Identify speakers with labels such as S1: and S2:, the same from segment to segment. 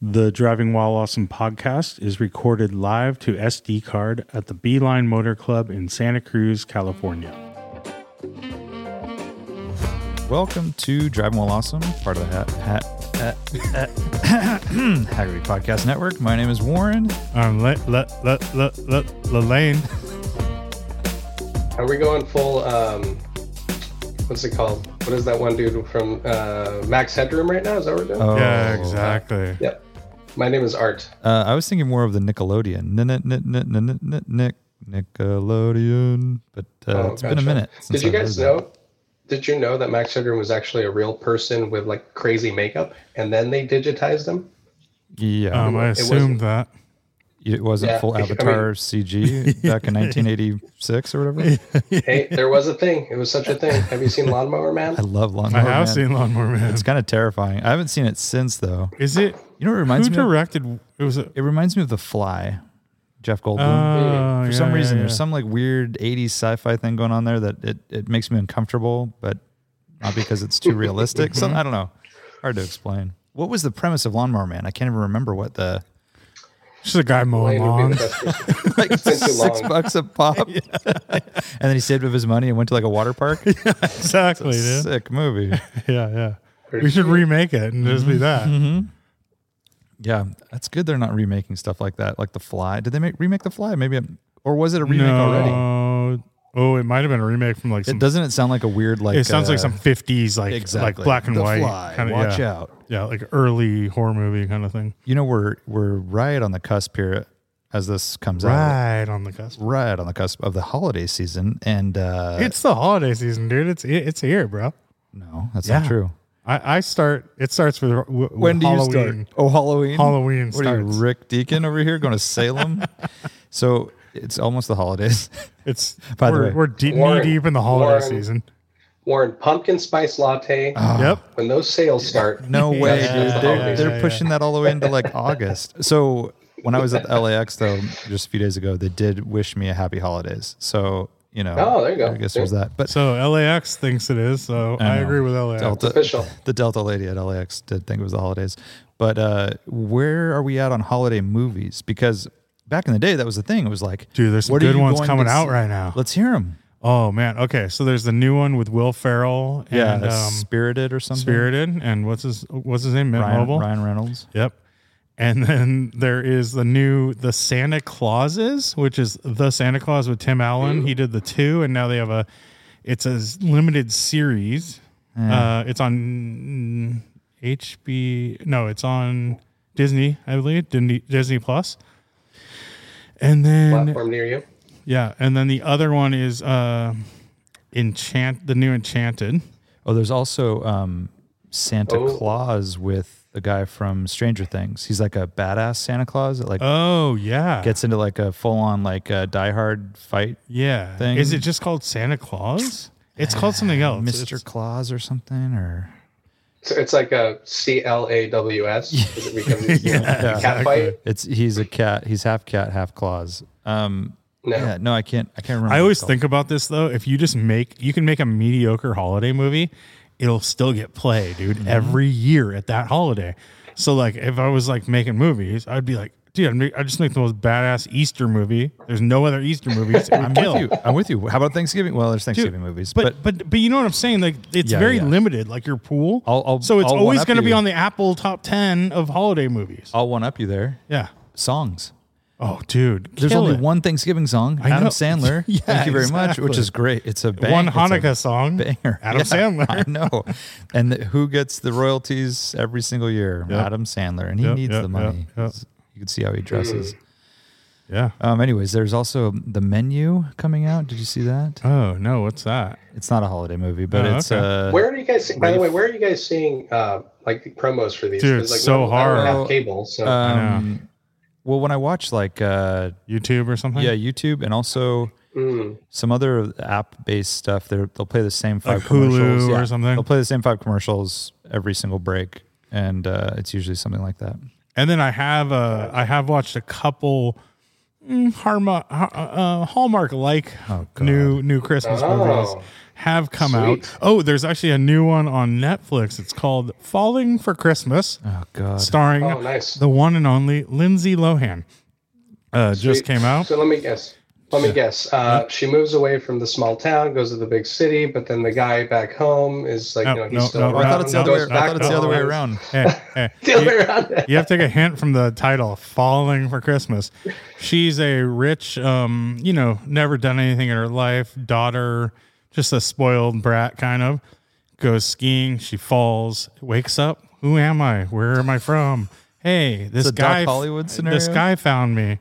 S1: The Driving While Awesome podcast is recorded live to SD card at the Beeline Motor Club in Santa Cruz, California.
S2: Welcome to Driving While Awesome, part of the Hat, Hat, Hat, Hat, Haggerty Podcast Network. My name is Warren.
S1: I'm Um, Le- Le- Le- Le- Le- Lelaine.
S3: Are we going full? Um, what's it called? What is that one dude from uh, Max Headroom right now? Is that what we're doing?
S2: Oh,
S1: yeah, exactly.
S3: Yep. My name is Art.
S2: Uh, I was thinking more of the Nickelodeon. N- n- n- n- n- n- Nick Nickelodeon, but uh,
S3: Oh,
S2: it's been a
S3: gotcha.
S2: minute.
S3: Did
S2: since
S3: you
S2: I
S3: guys
S2: heard
S3: know? Did you know that Max Headroom was actually a real person with like crazy makeup, and then they digitized him?
S2: that. Yeah,
S1: Um, I
S3: It wasn't-
S1: assumed that.
S2: it wasn't
S3: yeah,
S2: full
S3: I mean-
S2: Avatar CG back in 1986 or whatever.
S3: Hey, there was a thing. It was such a thing. Have you seen Lawnmower Man?
S2: I love Long.
S1: I have seen Lawnmower Man.
S2: It's kind of terrifying. I haven't seen it since though.
S1: Is it?
S2: You know, what it
S1: Who
S2: reminds me. of?
S1: directed? It was. A,
S2: It reminds me of The Fly, Jeff Goldblum.
S1: uh,
S2: For
S1: yeah,
S2: some
S1: yeah,
S2: reason,
S1: yeah.
S2: there's some like weird 80s sci fi thing going on there that it, it makes me uncomfortable, but not because it's too realistic.
S1: Mm-hmm.
S2: So I don't know. Hard to explain. What was the premise of Lawnmower Man? I can't even remember what the
S1: Just a guy
S3: Lane
S1: mowing
S3: would be
S1: lawns.
S3: the best person.
S2: like
S3: been too
S2: six
S3: long.
S2: bucks a pop. and then he saved up his money and went to like a water park.
S1: exactly. dude.
S2: Sick Mm-hmm. movie.
S1: Yeah, yeah. We should remake it and just be that.
S2: Yeah, that's good. They're not remaking stuff like that, like The Fly. Did they make remake The Fly? Maybe, I'm- or was it a remake already?
S1: No. Oh, it might have been a remake from like
S2: It
S1: some.
S2: doesn't it sound like a weird like?
S1: it sounds like
S2: uh,
S1: some fifties, like like
S2: exactly
S1: black and
S2: The
S1: white.
S2: Fly,
S1: kinda-
S2: watch
S1: yeah.
S2: out.
S1: Yeah, like early horror movie kind of thing.
S2: you know we're we're right on the cusp here as this comes out
S1: Right on the cusp.
S2: right on the cusp of the holiday season and uh
S1: It's the holiday season, dude. It's it's here, bro.
S2: no that's
S1: Yeah.
S2: not true
S1: I, I start. It starts with w-
S2: when do
S1: Halloween.
S2: you start oh halloween
S1: Halloween
S2: what are you
S1: starts.
S2: rick deacon over here going to salem so it's almost the holidays
S1: It's
S2: By the
S1: we're,
S2: way.
S1: we're deep, knee
S3: Warren.
S1: deep in the holiday
S3: Warren.
S1: season.
S3: Warren pumpkin spice latte.
S1: Yep.
S3: When those sales start,
S2: Ah. no way
S3: Yeah,
S2: dude
S3: yeah,
S2: they're,
S3: yeah,
S2: they're
S1: yeah.
S2: pushing that all the way into like august so when i was at the lax though just a few days ago they did wish me a happy holidays so you know
S3: Oh, there you go.
S2: i guess there's that but
S1: So LAX thinks it is. So I,
S2: I know.
S1: agree with LAX.
S2: Delta,
S3: official.
S2: The Delta lady at LAX did think it was the holidays. But uh, where are we at on holiday movies? Because back in the day, that was the thing. It was like,
S1: Dude, there's some
S2: what are
S1: good
S2: you
S1: ones
S2: going
S1: coming
S2: to
S1: out
S2: see?
S1: right now.
S2: Let's hear them.
S1: Oh man. Okay. So there's the new one with Will Ferrell
S2: Yeah,
S1: and um,
S2: Spirited or something.
S1: Spirited, and what's his what's his name? Mint
S2: Ryan,
S1: Mobile.
S2: Ryan Reynolds.
S1: Yep. And then there is the new The Santa Clauses, which is The Santa Claus with Tim Allen. He did the two, and now they have a. It's a s- limited series.
S2: Hmm.
S1: Uh, it's on HB. No, it's on Disney, I believe. Disney, Disney Plus. And then
S3: Platform near you.
S1: yeah, and then the other one is uh, Enchant, the new Enchanted.
S2: Oh, there's also um, Santa
S3: Oh.
S2: Claus with the guy from Stranger Things. He's like a badass Santa Claus that like
S1: Oh yeah,
S2: gets into like a full on like uh, diehard fight.
S1: yeah.
S2: thing. Ah,
S1: Is it just called Santa Claus? It's called something else,
S2: Mr.
S1: It's-
S2: Claus or something or
S3: So it's like a C L A W S. Does it become
S2: Yeah.
S3: a cat fight?
S2: It's he's a cat. He's half cat, half claws. Um,
S3: No.
S2: yeah, no, I can't. I can't remember.
S1: I
S2: what
S1: always
S2: it's
S1: think about this though. If you just make, you can make a mediocre holiday movie, it'll still get play, dude,
S2: Mm-hmm.
S1: every year at that holiday. So like, if I was like making movies, I'd be like, dude, I'd, make, I'd just make the most badass Easter movie. There's no other Easter movies. It would
S2: called.
S1: kill.
S2: I'm with you. I'm with you. How about Thanksgiving? Well, there's Thanksgiving movies, but,
S1: but, but but you know what I'm saying? Like it's
S2: Yeah,
S1: very
S2: yeah.
S1: limited, like your pool.
S2: I'll- I'll-
S1: so it's
S2: I'll
S1: always
S2: one-up
S1: going to be
S2: you.
S1: on the Apple top ten of holiday movies.
S2: I'll one up you there.
S1: yeah.
S2: Songs.
S1: Oh, dude.
S2: There's
S1: kill
S2: only
S1: it.
S2: one Thanksgiving song.
S1: I
S2: Adam
S1: know.
S2: Sandler.
S1: Yeah,
S2: Thank you very much, which is
S1: exactly.
S2: great. It's a bang,
S1: one
S2: it's a
S1: Hanukkah song.
S2: banger.
S1: Adam
S2: Yeah,
S1: Sandler.
S2: I know. And th- who gets the royalties every single year? Adam Sandler, and he
S1: Yep,
S2: needs
S1: yep,
S2: the
S1: yep,
S2: money.
S1: yep.
S2: You can see how he dresses.
S1: Yeah.
S2: Um, anyways, there's also the menu coming out. Did you see that?
S1: Oh no, what's that? It's
S2: It's not a holiday movie, but
S1: Oh,
S2: it's
S1: okay.
S2: uh,
S3: Where are you guys? See, by the way, where are you guys seeing uh, like the promos for these?
S1: Dude,
S3: 'Cause, like,
S1: so
S3: no- I don't
S1: hard.
S3: have cable, so
S1: know.
S2: um, well, when I watch like uh,
S1: YouTube or something?
S2: yeah, YouTube and also
S3: mm,
S2: some other app-based stuff, they're- they'll play the same five
S1: Like Hulu
S2: commercials
S1: or something?
S2: They'll play the same five commercials every single break, and uh, it's usually something like that.
S1: And then I have uh, I have watched a couple mm, Harma, uh, Hallmark like
S2: Oh, God.
S1: new new Christmas
S3: Oh.
S1: movies. have come
S3: Sweet.
S1: out. Oh, there's actually a new one on Netflix. It's called Falling for Christmas,
S2: Oh God.
S1: starring
S3: Oh, nice.
S1: the one and only Lindsay Lohan. Uh, just
S3: Sweet.
S1: came out.
S3: So let me guess. Let me guess. Uh, She moves away from the small town, goes to the big city, but then the guy back home is like,
S1: No,
S3: you know, he's
S1: no,
S3: still
S1: no,
S3: around.
S2: Oh, I thought it's the
S1: No,
S2: other way.
S1: no,
S2: I thought it's the
S1: no.
S2: other way around.
S1: Hey, hey,
S3: The other
S1: you,
S3: way around.
S1: you have to take a hint from the title, "Falling for Christmas." She's a rich, um, you know, never done anything in her life daughter, just a spoiled brat kind of. Goes skiing, she falls, wakes up. Who am I? Where am I from? Hey, this
S2: a Doc
S1: guy,
S2: Hollywood
S1: this
S2: scenario?
S1: guy guy found me.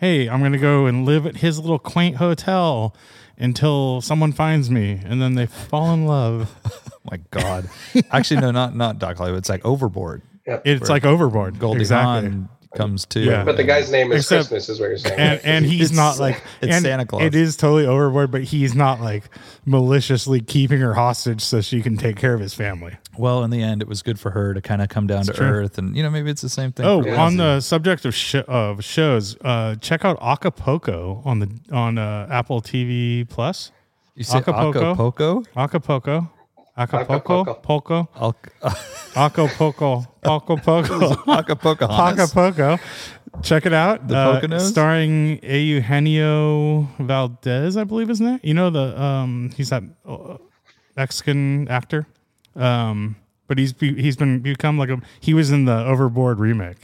S1: Hey, I'm gonna go and live at his little quaint hotel until someone finds me, and then they fall in love.
S2: Oh, My God. Actually, no, not not Doc Hollywood. It's like Overboard.
S1: It's like overboard.
S2: Goldie
S1: exactly.
S2: Hawn comes too.
S1: Yeah.
S3: But the guy's name is
S1: Except-
S3: Christmas, is what you're saying.
S1: And and he's
S2: It's-
S1: not like
S2: it's
S1: and
S2: Santa Claus.
S1: It is totally overboard, but he's not like maliciously keeping her hostage so she can take care of his family.
S2: Well, in the end, it was good for her to kind of come down to
S1: true.
S2: earth, and you know maybe it's the same thing.
S1: Oh,
S2: for Lindsay.
S1: on the subject of sh- of shows, uh, check out Acapulco on the on uh, Apple TV Plus.
S2: you say
S1: Acapulco?
S2: Acapulco.
S1: Acapulco, Acapulco,
S3: Acapulco.
S1: Poco,
S2: Al-
S1: Acapulco, Acapulco.
S2: Acapulco.
S1: Acapulco. Check it out.
S2: The
S1: Uh,
S2: Poconos?
S1: starring Eugenio Valdez, I believe his name. You know the um, he's that uh, Mexican actor, um, but he's be- he's been become like a he was in the Overboard remake.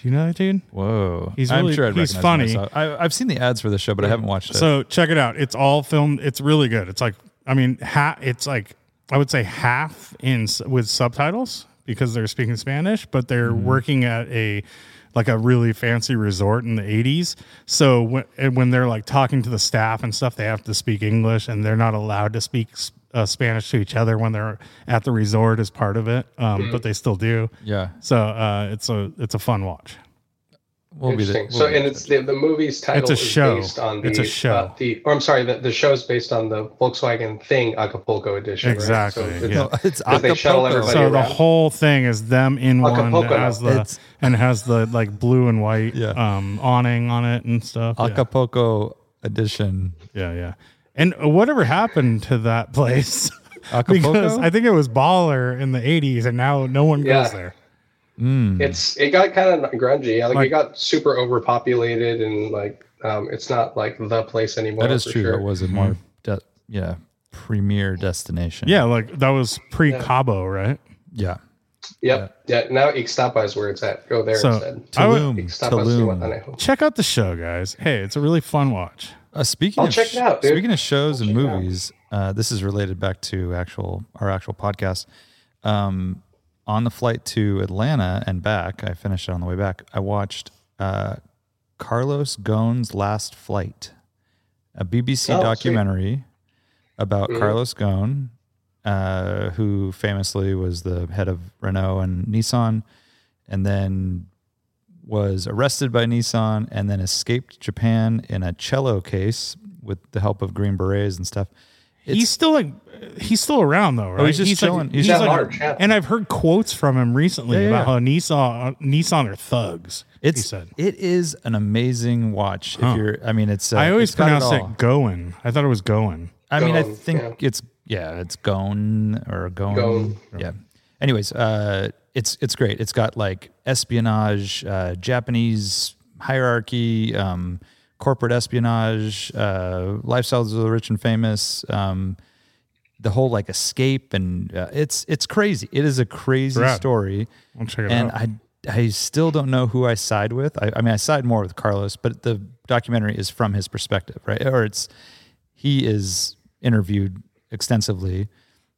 S1: Do you know that dude?
S2: Whoa.
S1: He's
S2: I'm
S1: really-
S2: sure I'd
S1: he's
S2: recognize
S1: funny.
S2: myself. I, I've seen the ads for the show, but I haven't watched it.
S1: So check it out. It's all filmed. It's really good. It's like I mean, ha- it's like I would say half in s- with subtitles because they're speaking Spanish, but they're working at a like a really fancy resort in the 80s. So when and when they're like talking to the staff and stuff, they have to speak English and they're not allowed to speak s- uh, Spanish to each other when they're at the resort as part of it. Um, but they still do.
S2: yeah,
S1: So uh, it's a it's a fun watch.
S2: we'll be there.
S3: Interesting. So,
S2: we'll be
S3: and
S2: there.
S3: it's the, the movie's title
S1: a
S3: is
S1: show.
S3: based on the
S1: It's a show.
S3: uh, the or I'm sorry, the, the show's based on the Volkswagen thing Acapulco edition. right?
S1: Exactly,
S3: So it's-
S1: yeah.
S2: No, it's
S3: Because they shuttle
S2: Acapulco.
S3: everybody
S1: so the
S3: around.
S1: whole thing is them in one
S3: Acapulco.
S1: that has the
S2: It's-
S1: and has the like blue and white
S2: Yeah.
S1: um awning on it and stuff. Yeah.
S2: Acapulco edition.
S1: yeah, yeah. And whatever happened to that place? because
S2: Acapulco?
S1: I think it was baller in the '80s, and now no one
S3: Yeah.
S1: goes there.
S3: It's it got kind of grungy. Like,
S1: Like-
S3: it got super overpopulated and like um, it's not like the place anymore.
S2: That is
S3: for
S2: true.
S3: sure.
S2: It was a more, de- yeah, premier destination.
S1: Yeah, like that was pre Cabo, right?
S2: yeah.
S3: Yep. Yeah. Now Ixtapa is where it's at. Go there
S1: So
S3: instead.
S1: I would-
S2: Tulum,
S3: Ixtapa is
S2: Tulum.
S3: Tijuanajo.
S1: check out the show, guys. Hey, it's a really fun watch.
S2: Uh, speaking
S3: I'll
S2: of
S3: check it out, dude.
S2: speaking of shows and movies, uh, this is related back to actual our actual podcast. Um, on the flight to Atlanta and back, I finished it on the way back. I watched uh, Carlos Ghosn's Last Flight, a BBC
S3: Oh, sweet. Mm-hmm.
S2: documentary about Carlos Ghosn, uh, who famously was the head of Renault and Nissan, and then was arrested by Nissan and then escaped Japan in a cello case with the help of Green Berets and stuff.
S1: he's still like he's still around though, right?
S2: Oh, he's just
S1: like-
S2: chilling.
S1: he's
S2: He's at
S1: like-
S3: large, yeah.
S1: and I've heard quotes from him recently
S2: Yeah, yeah,
S1: about
S2: yeah.
S1: how Nissan Nissan are thugs.
S2: It's
S1: he said.
S2: it is an amazing watch. If you're, I mean, it's uh,
S1: I always
S2: it's got
S1: pronounce
S2: all.
S1: it Goen. I thought it was Goen.
S2: I mean, I
S3: Gone,
S2: think
S3: yeah.
S2: it's yeah, it's Gone or Gone.
S3: Gone.
S2: Yeah. Anyways, uh, it's it's great. It's got like espionage, uh, Japanese hierarchy, um, corporate espionage, uh, lifestyles of the rich and famous. Um, the whole like escape and uh, it's it's crazy. It is a crazy
S1: Rad.
S2: story
S1: I'll check it
S2: and
S1: out.
S2: I I still don't know who I side with. I, I mean, I side more with Carlos, but the documentary is from his perspective, right? Or it's he is interviewed extensively.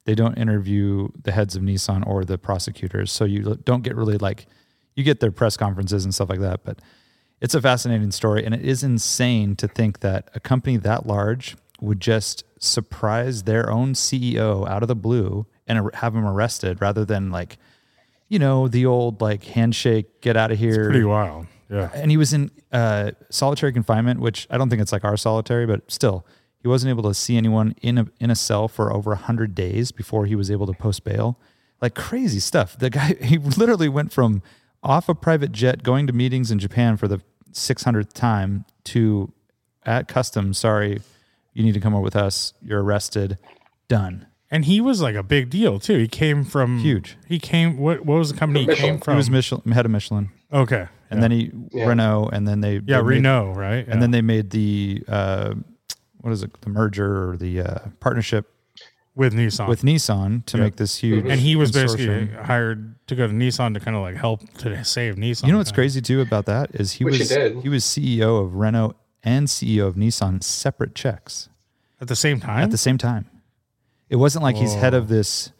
S2: They don't interview the heads of Nissan or the prosecutors, so you don't get really like you get their press conferences and stuff like that. But it's a fascinating story, and it is insane to think that a company that large would just surprise their own CEO out of the blue and ar- have him arrested rather than like you know, the old like handshake, get out of here.
S1: Pretty wild. Yeah.
S2: and he was in uh, solitary confinement, which I don't think it's like our solitary, but still, he wasn't able to see anyone in a in a cell for over hundred days before he was able to post bail. Like crazy stuff. The guy he literally went from off a private jet, going to meetings in Japan for the six hundredth time, to at customs. Sorry, you need to come over with us. You're arrested. done.
S1: And he was like a big deal too. He came from
S2: Huge.
S1: He came. What what was the company he
S3: Michelin.
S1: came from?
S2: He was Michelin, head of Michelin,
S1: okay.
S2: and then he
S3: Yeah.
S2: Renault, and then they they
S1: yeah,
S2: made-
S1: Reno, right?
S2: and then they made the uh, what is it? The merger or the uh, partnership
S1: with Nissan.
S2: with Nissan to
S1: Yeah.
S2: make this huge.
S1: and he was
S2: consortium.
S1: basically hired to go to Nissan to kind of like help to save Nissan.
S2: You know what's crazy too about that is he
S3: Which he
S2: was
S3: did.
S2: he was CEO of Renault and CEO of Nissan separate checks
S1: At the same time,
S2: at the same time. It wasn't like he's head of this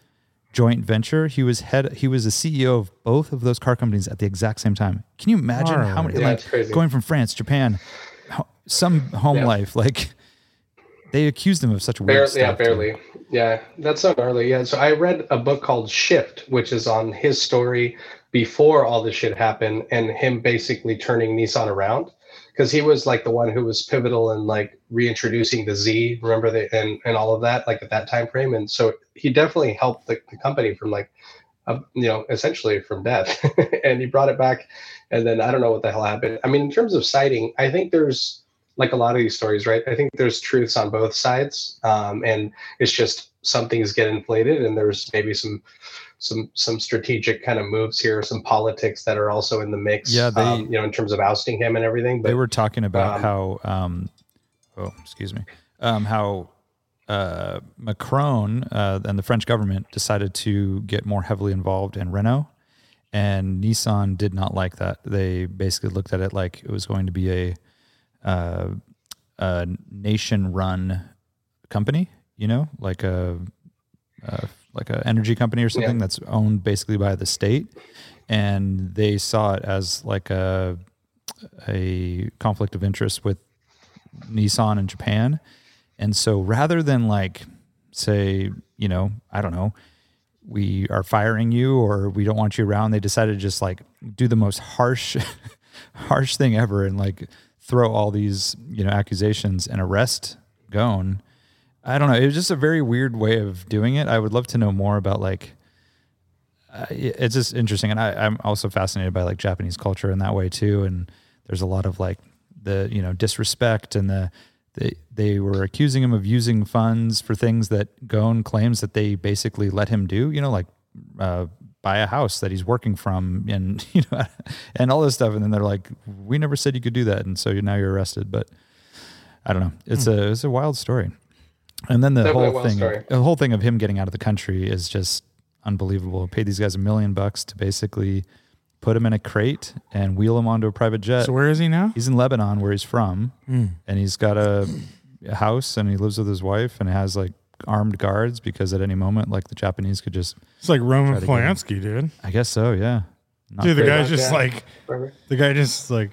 S2: joint venture. He was head he was the CEO of both of those car companies at the exact same time. Can you imagine how many
S1: Gnarly.
S3: Yeah, it's
S2: like
S3: crazy.
S2: going from France, Japan, ho- some home
S3: Yeah.
S2: life like they accused him of such weird
S3: Barely,
S2: stuff.
S3: yeah,
S2: dude.
S3: barely. Yeah, that's so gnarly. Yeah, so I read a book called Shift, which is on his story before all this shit happened and him basically turning Nissan around because he was like the one who was pivotal in like reintroducing the Z, remember the and and all of that like at that time frame, and so he definitely helped the, the company from like. Uh, you know, essentially from death, and he brought it back, and then I don't know what the hell happened. I mean, in terms of sighting, I think there's like a lot of these stories, right? I think there's truths on both sides, um, and it's just some things get inflated, and there's maybe some some some strategic kind of moves here, some politics that are also in the mix.
S2: Yeah, they-
S3: um, you know, in terms of ousting him and everything. But
S2: they were talking about
S3: um,
S2: how um oh excuse me um how uh macron uh and the french government decided to get more heavily involved in renault and nissan did not like that they basically looked at it like it was going to be a uh a nation run company you know like a uh, like an energy company or something that's owned basically by the state and they saw it as like a a conflict of interest with Nissan in Japan. And so rather than like say, you know, I don't know, we are firing you or we don't want you around, they decided to just like do the most harsh harsh thing ever and like throw all these, you know, accusations and arrest Gon. I don't know. It was just a very weird way of doing it. I would love to know more about like uh, it- it's just interesting and I, i'm also fascinated by like japanese culture in that way too and there's a lot of like the you know disrespect and the they, they were accusing him of using funds for things that Gon claims that they basically let him do, you know, like uh, buy a house that he's working from and, you know, and all this stuff. And then they're like, we never said you could do that. And so you now you're arrested. But I don't know. It's a, it's a wild story. And then the
S3: Hmm. Definitely a
S2: whole
S3: wild
S2: thing,
S3: story.
S2: the whole thing of him getting out of the country is just unbelievable. Paid these guys a million bucks to basically put him in a crate and wheel him onto a private jet.
S1: So where is he now?
S2: He's in Lebanon, where he's from,
S3: Hmm.
S2: and he's got a, a house, and he lives with his wife, and has like armed guards because at any moment, like the Japanese could just.
S1: It's like Roman
S2: to get him.
S1: Polanski, dude.
S2: I guess so, yeah. Not
S1: Dude, the
S2: great.
S1: guy's
S3: Yeah.
S1: just like
S3: Remember?
S1: the guy just like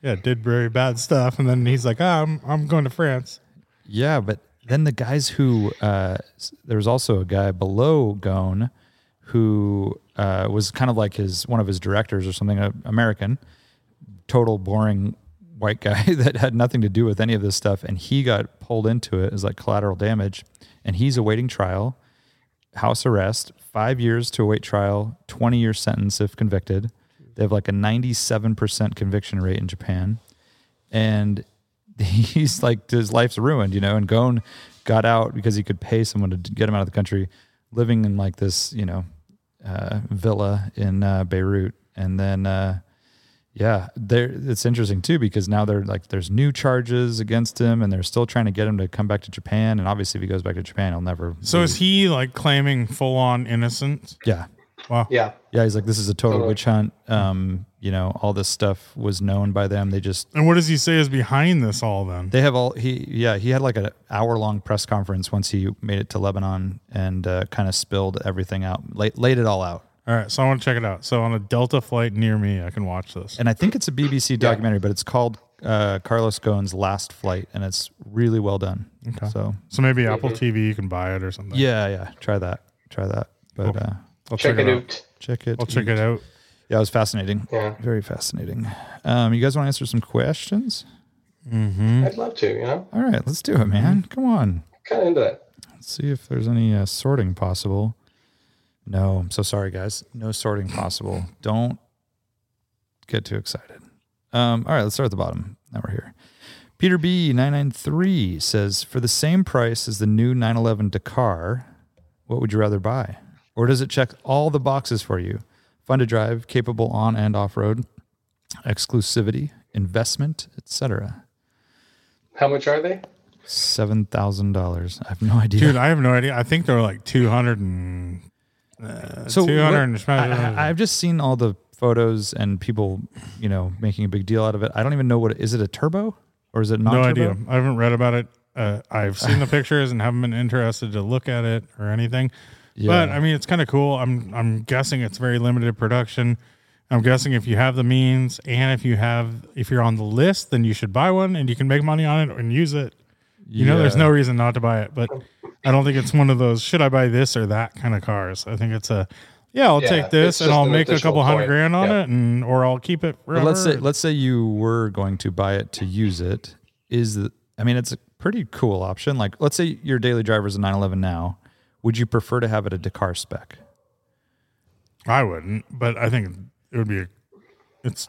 S1: yeah did very bad stuff, and then he's like, ah, I'm I'm going to France.
S2: Yeah, but then the guys who uh, s- there was also a guy below Gone who uh, was kind of like his one of his directors or something, a American, total boring white guy that had nothing to do with any of this stuff, and he got pulled into it as like collateral damage, and he's awaiting trial, house arrest, five years to await trial, twenty year sentence if convicted. They have like a ninety seven percent conviction rate in Japan and he's like his life's ruined, you know. And Gone got out because he could pay someone to d- get him out of the country, living in like this, you know, uh, villa in uh, Beirut. And then, uh, yeah, there it's interesting too because now they're like there's new charges against him, and they're still trying to get him to come back to Japan. And obviously, if he goes back to Japan, he'll never.
S1: So is he like claiming full on innocence?
S2: Yeah,
S1: Wow.
S3: Yeah,
S2: yeah. He's like, this is a total
S3: Totally.
S2: witch hunt. Um, you know, all this stuff was known by them. They just
S1: And what does he say is behind this all then?
S2: They have all he yeah he had like an hour long press conference once he made it to Lebanon and uh, kind of spilled everything out laid, laid it all out
S1: All right, so I want to check it out. So on a Delta flight near me, I can watch this.
S2: and I think it's a BBC documentary but it's called uh, Carlos Ghosn's Last Flight and it's really well done so
S1: So maybe Apple TV, you can buy it or something.
S2: yeah yeah try that try that but uh,
S1: I'll check,
S3: check it
S1: it out.
S3: out.
S2: check it
S1: I'll check it out.
S2: yeah it was fascinating
S3: Yeah.
S2: very fascinating um, you guys want to answer some questions
S1: Mm-hmm.
S3: I'd love to. You know,
S2: all right let's do it man come on
S3: kind of into that.
S2: Let's see if there's any uh, sorting possible. No, I'm so sorry, guys. No sorting possible. Don't get too excited. Um, all right, let's start at the bottom. Now we're here. Peter B nine nine three says, for the same price as the new 911 Dakar, what would you rather buy? Or does it check all the boxes for you? Fun to drive, capable on and off road, exclusivity, investment, etc.
S3: How much are they?
S2: Seven thousand dollars. I have no idea.
S1: Dude, I have no idea. I think they're like 200 and
S2: so
S1: 200
S2: what- I, I, I've just seen all the photos and people, you know, making a big deal out of it. I don't even know what is it a turbo or is it
S1: no
S2: non-turbo?
S1: idea. I haven't read about it. Uh, I've seen the pictures and haven't been interested to look at it or anything. But
S2: Yeah.
S1: I mean, it's kind of cool. I'm I'm guessing it's very limited production. I'm guessing if you have the means and if you have if you're on the list, then you should buy one and you can make money on it and use it. You know, there's
S2: Yeah.
S1: no reason not to buy it. But I don't think it's one of those should I buy this or that kind of cars. I think it's a yeah, I'll
S3: Yeah,
S1: take this
S3: it's
S1: and
S3: just
S1: I'll
S3: an
S1: make a
S3: additional
S1: couple hundred
S3: point.
S1: grand on
S3: Yeah.
S1: it and or I'll keep it.
S2: But let's say
S1: forever.
S2: let's say you were going to buy it to use it. Is the, I mean, it's a pretty cool option. Like, let's say your daily driver is a 911 now. Would you prefer to have it a Dakar spec?
S1: I wouldn't, but I think it would be. A, it's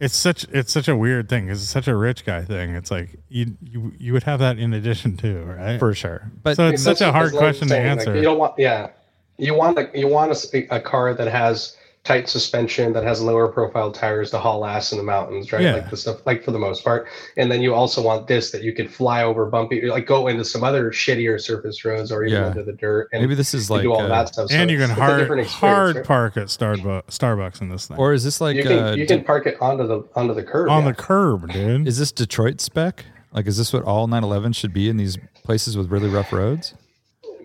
S1: it's such it's such a weird thing. It's such a rich guy thing. It's like you you you would have that in addition to right.
S2: For sure. But
S1: so it's
S3: And
S1: such a
S3: that's-
S1: hard
S3: that's what I'm
S1: question to
S3: saying, like,
S1: answer.
S3: you don't want, yeah, you want a, you want a, sp- a car that has tight suspension, that has lower profile tires to haul ass in the mountains, right?
S1: Yeah.
S3: Like the stuff, like for the most part. And then you also want this that you could fly over bumpy, like go into some other shittier surface roads or even
S2: Yeah.
S3: into the dirt and
S2: maybe this is
S3: you
S2: like,
S3: do all
S2: uh,
S3: that stuff. So
S1: and you
S3: it's-
S1: can
S3: it's a different
S1: hard
S3: experience,
S1: hard
S3: right?
S1: park at Starbucks Starbucks in this thing
S2: or is this like
S3: You can
S2: uh,
S3: you
S2: De-
S3: can park it onto the onto the curb
S1: on
S3: yeah.
S1: the curb, dude.
S2: is this Detroit spec? Like, is this what all 911 should be in these places with really rough roads?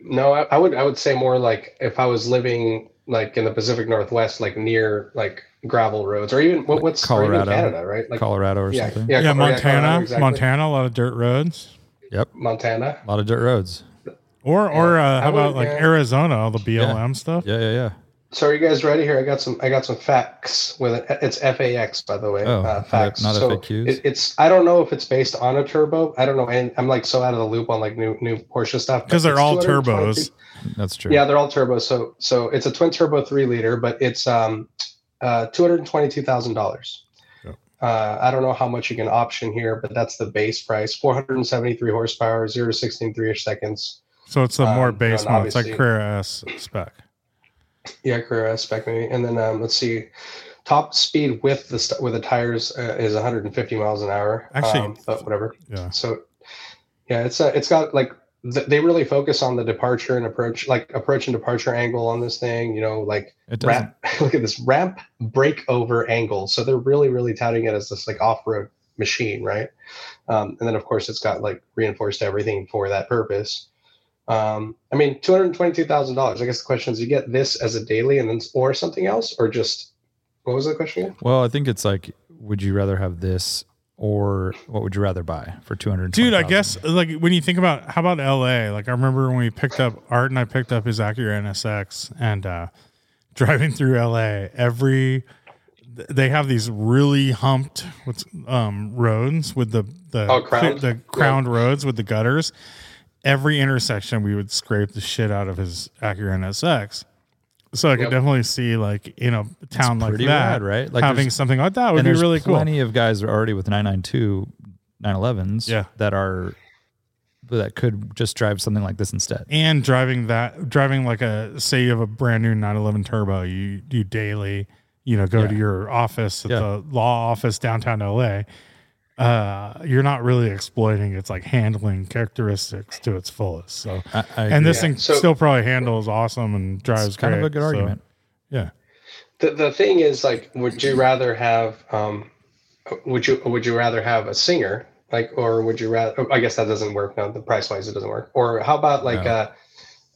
S3: No, I, I would I would say more like if I was living like in the Pacific Northwest, like near like gravel roads, or even what, what's or even
S2: Colorado.
S3: Canada, right? Like
S2: Colorado or
S3: yeah,
S2: something?
S3: yeah,
S1: yeah,
S3: Colorado,
S1: Montana,
S3: exactly.
S1: Montana, a lot of dirt roads.
S2: Yep.
S3: Montana.
S2: A lot of dirt roads.
S1: Or or uh, how
S3: I would,
S1: about like
S3: uh,
S1: Arizona, all the BLM stuff?
S2: Yeah, yeah, yeah.
S3: So are you guys ready here? I got some I got some facts with it. It's FAX by the way.
S2: Oh,
S3: uh,
S2: not-
S3: facts.
S2: not
S3: so
S2: FAQs?
S3: It, it's I don't know if it's based on a turbo. I don't know, and I'm like so out of the loop on like new new Porsche stuff but
S1: 'Cause they're
S3: it's
S1: all
S3: 222
S1: turbos.
S2: That's true.
S3: Yeah, they're all turbo. So so it's a twin turbo three liter, but it's um uh two hundred and twenty two thousand dollars.
S1: Yeah.
S3: Uh, I don't know how much you can option here, but that's the base price: 473 horsepower, 0 to 16 3-ish seconds.
S1: So it's the more
S3: Um,
S1: base
S3: and
S1: one. It's like
S3: obviously-
S1: Carrera S spec.
S3: Yeah, Carrera spec maybe. And then um, let's see, top speed with the st- with the tires uh, is 150 miles an hour.
S1: Actually-
S3: um, but whatever.
S1: Yeah.
S3: So yeah, it's a, it's got like th- they really focus on the departure and approach, like approach and departure angle on this thing. You know, like
S2: It doesn't.
S3: ramp look at this ramp breakover angle so they're really really touting it as this like off-road machine right um, and then of course it's got like reinforced everything for that purpose um, i mean $222000 i guess the question is you get this as a daily and then or something else or just what was the question again?
S2: Well, I think it's like, would you rather have this or what would you rather buy for 200?
S1: Dude, I guess like when you think about how about LA, like I remember when we picked up Art and I picked up his Acura NSX and uh driving through LA, every th- they have these really humped what's um roads with the the
S3: Oh, crowned?
S1: the crowned roads with the gutters. Every intersection we would scrape the shit out of his Acura NSX. So I could
S3: Yep.
S1: definitely see like in a town like
S2: pretty rad,
S1: that,
S2: right? Like
S1: having
S2: there's-
S1: something like that would
S2: and
S1: be
S2: there's
S1: really cool.
S2: plenty of guys already with 992 911s
S1: Yeah.
S2: that are that could just drive something like this instead.
S1: and driving that driving like a say you have a brand new 911 turbo you do daily you know go to
S2: Yeah.
S1: your office at
S2: Yeah.
S1: the law office downtown la uh you're not really exploiting its like handling characteristics to its fullest so
S2: I, I
S1: and
S2: agree.
S1: this
S3: Yeah.
S1: thing
S3: So-
S1: still probably handles awesome and drives
S2: it's kind of
S1: great,
S2: a good
S1: so,
S2: argument.
S1: yeah
S3: the, the thing is like would you rather have um, would you would you rather have a singer like or would you rather i guess that doesn't work no the price wise it doesn't work or how about like
S2: No.
S3: uh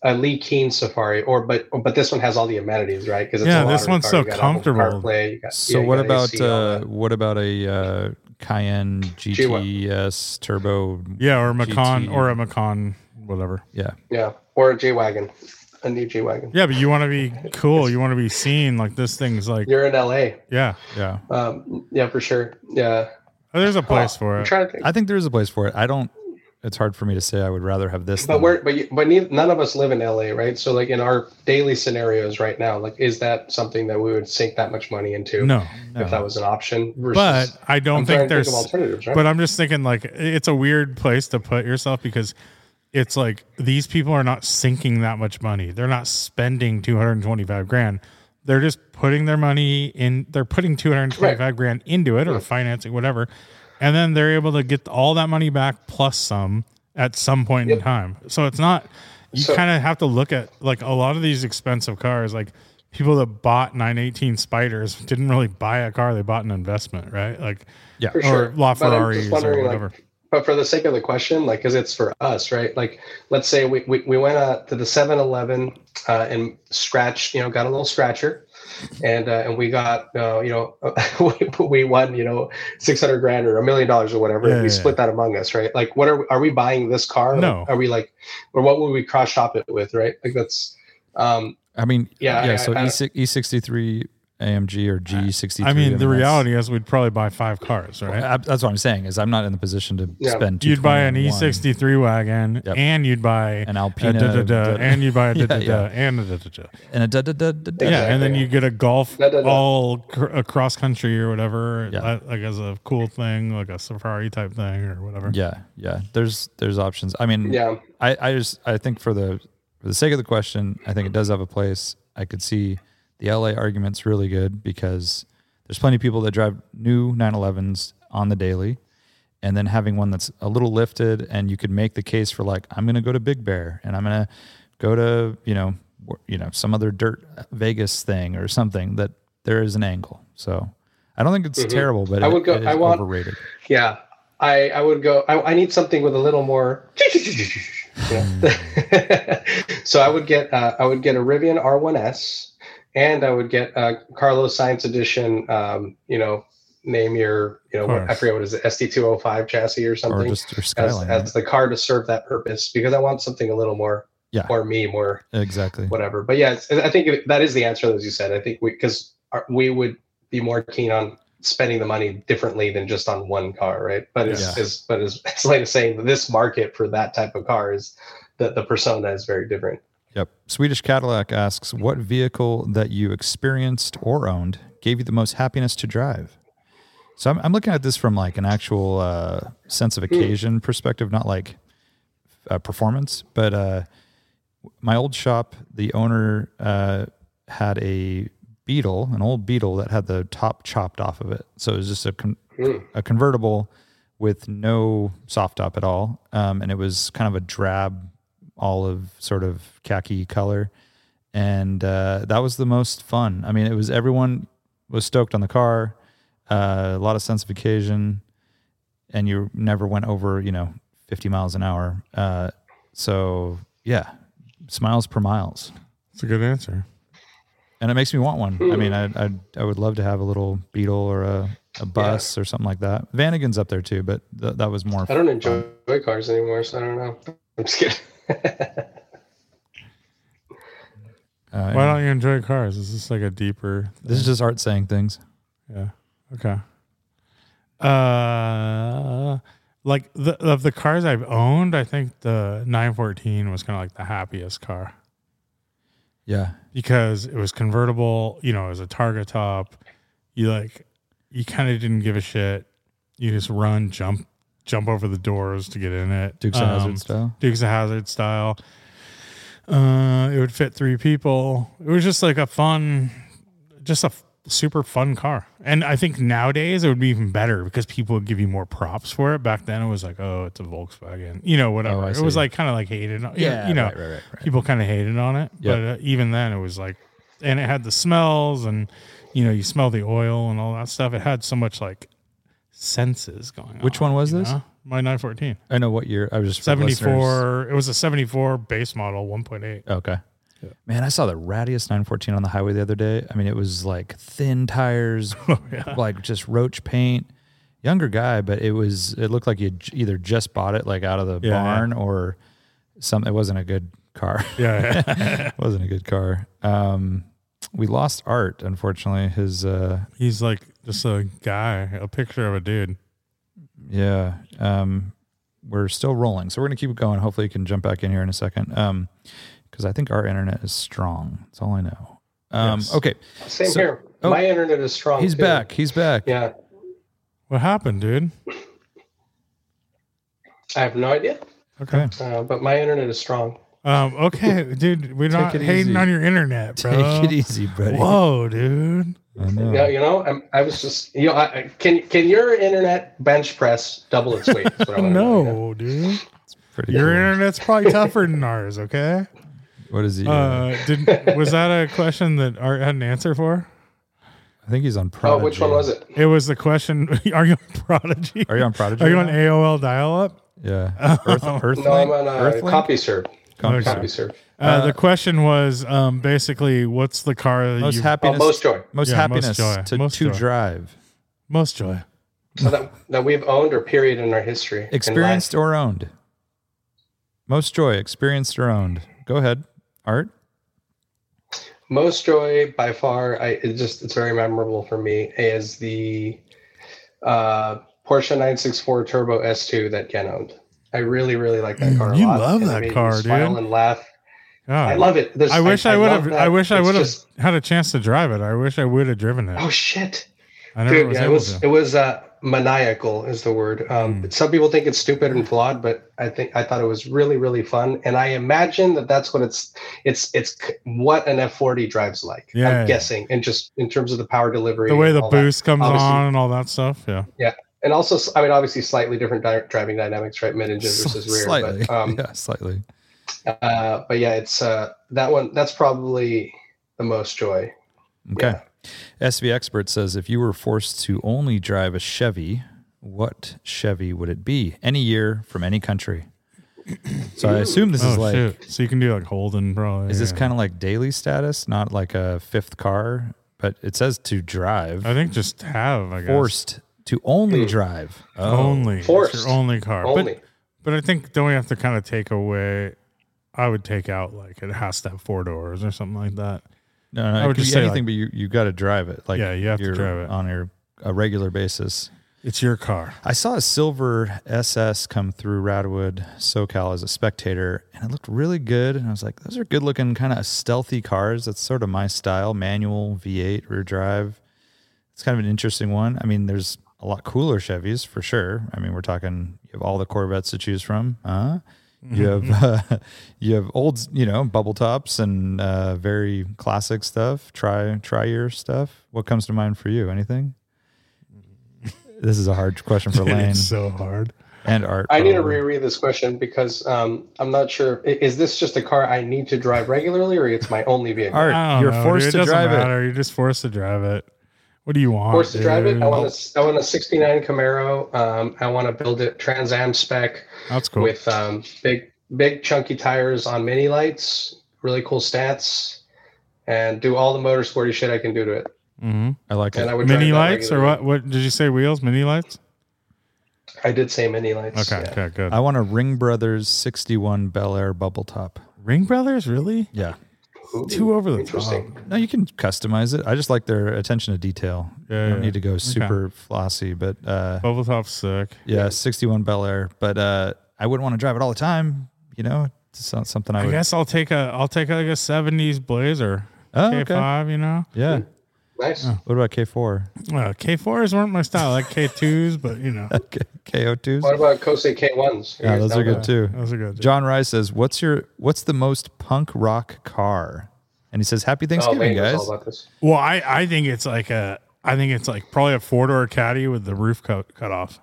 S3: a Lee Keen Safari, or but but this one has all the amenities, right? Because
S1: Yeah, this one's so comfortable.
S3: CarPlay, you got,
S2: So
S3: yeah, you
S2: what
S3: got
S2: about
S3: AC, all
S2: uh,
S3: that.
S2: what about a uh, Cayenne GTS turbo?
S1: yeah or a
S2: E.
S1: macan
S2: GT.
S1: or a macan whatever
S2: Yeah.
S3: yeah, or a G wagon, a new G wagon?
S1: yeah but you want to be cool you want to be seen like this thing's like
S3: You're in LA,
S1: yeah
S2: Yeah.
S3: um, yeah, for sure. Yeah,
S1: there's a place
S3: Oh,
S1: for
S3: I'm
S1: it
S3: trying to think.
S2: I think there is a place for it. I don't it's hard for me to say I would rather have this.
S3: But
S2: than-
S3: we're but you, but neith- none of us live in LA, right? So like in our daily scenarios right now, like is that something that we would sink that much money into
S1: No,
S3: if that was an option?
S1: but I don't
S3: I'm trying to
S1: think
S3: think
S1: there's.
S3: of alternatives, right?
S1: But I'm just thinking like it's a weird place to put yourself because it's like these people are not sinking that much money. They're not spending 225 grand. They're just putting their money in. They're putting 225 grand into it or financing whatever, and then they're able to get all that money back plus some at some point in time. So it's not. You
S3: So-
S1: kind of have to look at like a lot of these expensive cars, like people that bought 918 Spiders didn't really buy a car; they bought an investment, right? Like
S2: yeah,
S3: For
S1: or
S3: sure. But I'm just
S1: LaFerraris or
S3: wondering, like,
S1: whatever.
S3: but for the sake of the question, like, because it's for us, right? Like, let's say we, we, we went uh, to the 7 Eleven uh, and scratched, you know, got a little scratcher and uh, and we got, uh, you know, we, we won, you know, 600 grand or a million dollars or whatever.
S1: Yeah,
S3: and we
S1: yeah,
S3: split that among us, right? Like, what are we, are we buying this car? Like,
S1: No.
S3: are we like, or what would we cross shop it with, right? Like, that's, um,
S2: I mean,
S3: Yeah,
S2: yeah, yeah.
S3: I-
S2: so
S3: I-
S2: E sixty three AMG or G sixty three.
S1: I mean, the reality is wed probably buy five cars, right?
S2: That's, that's what I'm saying is I'm not in the position to
S3: Yeah.
S2: spend.
S1: You'd buy an E
S2: 220 on one,
S1: E63 wagon,
S2: Yep.
S1: and you'd buy
S2: an
S1: a
S2: Alpina,
S1: da da da, and you'd buy a da da
S2: Yeah,
S1: da, and a da da da.
S2: and a da da da da. da.
S1: Yeah, and then
S3: Exactly.
S1: you get a golf
S3: Da, da, da.
S1: all cr- across country or whatever,
S2: Yeah.
S1: like- like as a cool thing, like a safari type thing or whatever.
S2: Yeah, yeah. There's there's options. I mean,
S3: yeah.
S2: I, I just I think for the for the sake of the question, I think it does have a place. I could see the LA argument's really good because there's plenty of people that drive new 911s on the daily, and then having one that's a little lifted, and you could make the case for like I'm going to go to Big Bear and I'm going to go to you know wh- you know some other dirt Vegas thing or something that there is an angle. So I don't think it's terrible, but
S3: Mm-hmm. I
S2: it-
S3: would go-
S2: it is
S3: I want-
S2: overrated.
S3: Yeah, I I would go. I, I need something with a little more. you know. so I would get uh, I would get a Rivian R1S, and I would get a Carlos Science Edition. Um, you know, name your you know what, I
S1: Course.
S3: forget what is it SD205 chassis or something
S2: Or just or
S3: as,
S2: skyline,
S3: as the car to serve that purpose because I want something a little more
S2: Yeah.
S3: or me more
S2: right? exactly.
S3: whatever. But yeah, it's, I think that is the answer, as you said. I think because we, would be more keen on spending the money differently than just on one car, right? But it's,
S2: Yeah.
S3: it's but it's, it's like saying this market for that type of car is that the persona is very different.
S2: Yep. Swedish Cadillac asks, what vehicle that you experienced or owned gave you the most happiness to drive? So I'm, I'm looking at this from like an actual uh, sense of occasion perspective, not like uh, performance. But uh, my old shop, the owner uh, had a Beetle, an old Beetle that had the top chopped off of it. So it was just a con-
S3: Mm.
S2: a convertible with no soft top at all, um, and it was kind of a drab olive sort of khaki color, and uh, that was the most fun. I mean, it was everyone was stoked on the car, uh, a lot of sense of occasion, and you never went over you know 50 miles an hour. Uh, so yeah, smiles per miles,
S1: It's a good answer.
S2: and it makes me want one. I mean,
S3: Hmm.
S2: I I, I would love to have a little beetle or a, a bus or something like that. Vanagon's up there too, but th- that was more.
S3: I don't enjoy cars anymore, so I don't know. I'm just kidding.
S2: Uh,
S1: Why don't you enjoy cars? Is this like a deeper?
S2: this is just art saying things.
S1: Yeah. Okay. Uh, like the of the cars I've owned, I think the 914 was kind of like the happiest car
S2: Yeah,
S1: because it was convertible. You know, it was a Targa top. You like, you kind of didn't give a shit. You just run, jump, jump over the doors to get in it.
S2: Dukes of
S1: Um,
S2: Hazard style.
S1: Dukes of Hazard style. Uh, it would fit three people. It was just like a fun, just a f- super fun car. And I think nowadays it would be even better because people would give you more props for it. Back then it was like, oh, it's a Volkswagen, you know, whatever.
S2: Oh, I
S1: it was
S2: see.
S1: like kind of like hated. on- you know,
S2: right, right, right.
S1: people kind of hated on it.
S2: Yep.
S1: But uh, even then it was like, and it had the smells and, you know, you smell the oil and all that stuff. It had so much like senses going on.
S2: Which one was
S1: you
S2: this?
S1: know? My 914.
S2: I know what year. I was just for listeners.
S1: 74 it was a 74 base model 1.8
S2: Okay. Man, I saw the rattiest 914 on the highway the other day. I mean, it was like thin tires,
S1: Oh,
S2: like just roach paint. Younger guy, but it was it looked like you either just bought it like out of the
S1: Yeah, yeah.
S2: barn or some. It wasn't a good car.
S1: yeah
S2: wasn't a good car. Um, we lost Art, unfortunately. His uh,
S1: he's like just a guy a picture of a dude
S2: yeah. Um, we're still rolling. So we're going to keep going. Hopefully, you can jump back in here in a second. Um, because I think our internet is strong. That's all I know. Um,
S1: Yes.
S2: okay.
S3: Same
S2: So-
S3: here.
S2: oh,
S3: My internet is strong.
S2: He's
S3: too.
S2: back. He's back.
S3: Yeah,
S1: What happened, dude?
S3: I have no idea,
S2: Okay.
S3: uh, but my internet is strong.
S1: Um, okay, dude, we're not
S2: it
S1: hating
S2: easy.
S1: on your internet, bro.
S2: Take it easy, buddy.
S1: Whoa, dude.
S2: I know.
S3: Yeah, you know, I'm, I was just, you know, I, I- can can your internet bench press double its weight? Is
S2: Oh,
S3: what I wanna know, you know?
S1: No, dude.
S2: Pretty
S1: Your
S2: cool.
S1: internet's probably tougher than ours, okay?
S2: What is he? uh,
S1: Uh, did was that a question that Art had an answer for?
S2: I think he's on
S3: Oh,
S2: Prodigy.
S3: which one was it?
S1: It was the question Are you on Prodigy?
S2: Are you on Prodigy?
S1: Are you on
S2: now?
S1: AOL dial up?
S2: Yeah. Earth, Earthlink?
S3: No, I'm on uh,
S2: Earthlink?
S3: copy serve.
S2: Copy
S1: Okay.
S2: serve.
S3: Copy serve. Oh,
S1: Uh, the question was um, basically what's the car that
S2: Most
S1: you
S3: Oh,
S2: happiness.
S3: most joy.
S2: most
S1: Yeah, most
S2: happiness
S1: joy.
S2: to,
S1: Most
S2: to
S1: joy.
S2: drive.
S1: most joy?
S3: So that, that we've owned or period in our history. in life.
S2: Experienced or owned? Most joy, experienced or owned. Go ahead, Art.
S3: most joy by far i it just it's very memorable for me is the uh porsche 964 turbo s2 that ken owned i really really like that car a
S1: Mm, You
S3: lot,
S1: love
S3: and it
S1: that
S3: made me
S1: car,
S3: smile
S1: dude.
S3: and laugh
S1: God.
S3: i love it There's-
S1: I wish I would
S3: love
S1: have.
S3: that.
S1: I wish I
S3: It's
S1: would have
S3: just-
S1: Oh, had a chance to drive it. I wish I would have driven it.
S3: oh shit
S1: I never
S3: dude
S1: was
S3: yeah, it
S1: able
S3: was
S1: to. Hmm.
S3: it was uh maniacal is the word um some people think it's stupid and flawed but i think i thought it was really really fun and i imagine that that's what it's it's it's c- what an f40 drives like
S1: Yeah.
S3: i'm guessing and just in terms of the power delivery
S1: the way
S3: and
S1: the
S3: all that.
S1: boost comes
S3: Obviously-
S1: on and all that stuff. Yeah.
S3: and also s- i mean obviously slightly different di- driving dynamics right mid engine versus rear
S2: slightly.
S3: but um
S2: yeah, slightly.
S3: uh but yeah it's uh that one that's probably the most joy
S2: Okay. SV Expert says if you were forced to only drive a Chevy, what Chevy would it be? Any year from any country. So I assume this
S1: oh
S2: is like,
S1: shit! So you can do like Holden, probably.
S2: is this
S1: yeah.
S2: kind of like daily status, not like a fifth car? But it says to drive,
S1: I think just have. I guess.
S2: forced to only drive. Oh.
S1: Only. It's
S3: Forced.
S1: your only car.
S3: only
S1: But but I think don't we have to kind of take away? I would take out like it has to have four doors or something like that.
S2: No, no,
S1: I
S2: it
S1: would
S2: could
S1: just
S2: be
S1: say, like-
S2: anything, but you you got to drive it. Like
S1: Yeah, you have to
S2: you're
S1: drive it.
S2: on your a regular basis.
S1: It's your car.
S2: I saw a silver SS come through Radwood, SoCal as a spectator, and it looked really good. And I was like, those are good looking, kind of stealthy cars. That's sort of my style. Manual V8 rear drive. It's kind of an interesting one. I mean, there's a lot cooler Chevys for sure. I mean, we're talking you have all the Corvettes to choose from. Huh? You
S1: Mm-hmm.
S2: have uh, you have old, you know, bubble tops and uh, very classic stuff. Try try your stuff. What comes to mind for you? Anything? This is a hard question for Lane
S1: It's so hard.
S2: and art.
S3: I
S1: Um,
S3: need to
S2: probably.
S3: reread this question because um, I'm not sure. i- Is this just a car I need to drive regularly, or it's my only vehicle?
S2: Art,
S1: I don't
S2: you're
S1: know,
S2: forced
S1: dude.
S2: to
S1: It doesn't
S2: drive it.
S1: matter. You're just forced to drive it. What do you want?
S3: Forced to drive it.
S1: dude?
S3: I want a, I want a '69 Camaro. Um, I want to build it Trans Am spec
S1: That's cool.
S3: with um, big, big chunky tires on mini lights, really cool stats, and do all the motorsporty shit I can do to it.
S1: hmm
S2: I like
S3: And I
S2: it.
S3: would drive
S1: Mini
S3: that
S1: lights or
S3: regularly.
S1: what? What did you say? Wheels? Mini lights?
S3: I did say mini lights.
S1: Okay.
S3: yeah.
S1: Okay. Good.
S2: I want a Ring Brothers 61 Bel Air bubble top.
S1: Ring Brothers, really?
S2: Yeah.
S3: Ooh,
S1: Too over the top.
S3: Interesting.
S2: No, you can customize it. I just like their attention to detail.
S1: Yeah,
S2: you don't
S1: yeah.
S2: need to go super flossy, but uh,
S1: Bubble top's sick.
S2: yeah, 61 Bel Air. But uh, I wouldn't want to drive it all the time. You know, it's not something I
S1: I
S2: would.
S1: guess I'll take a I'll take like a seventies Blazer
S2: Oh,
S1: K five. You know,
S2: Yeah.
S3: Nice.
S2: What about K4?
S1: well, K fours weren't my style. I Like K twos, but you know,
S2: K- KO2s?
S3: What about Kosei K1s? You
S2: yeah,
S3: guys
S2: those
S3: know
S2: are good
S3: that?
S2: too.
S1: those are good.
S2: John Rice says, "What's your what's the most punk rock car?" And he says, "Happy
S3: Oh,
S2: Thanksgiving,
S3: Lane knows
S2: guys."
S3: all about this.
S1: Well, I I think it's like a I think it's like probably a four door caddy with the roof cut cut off.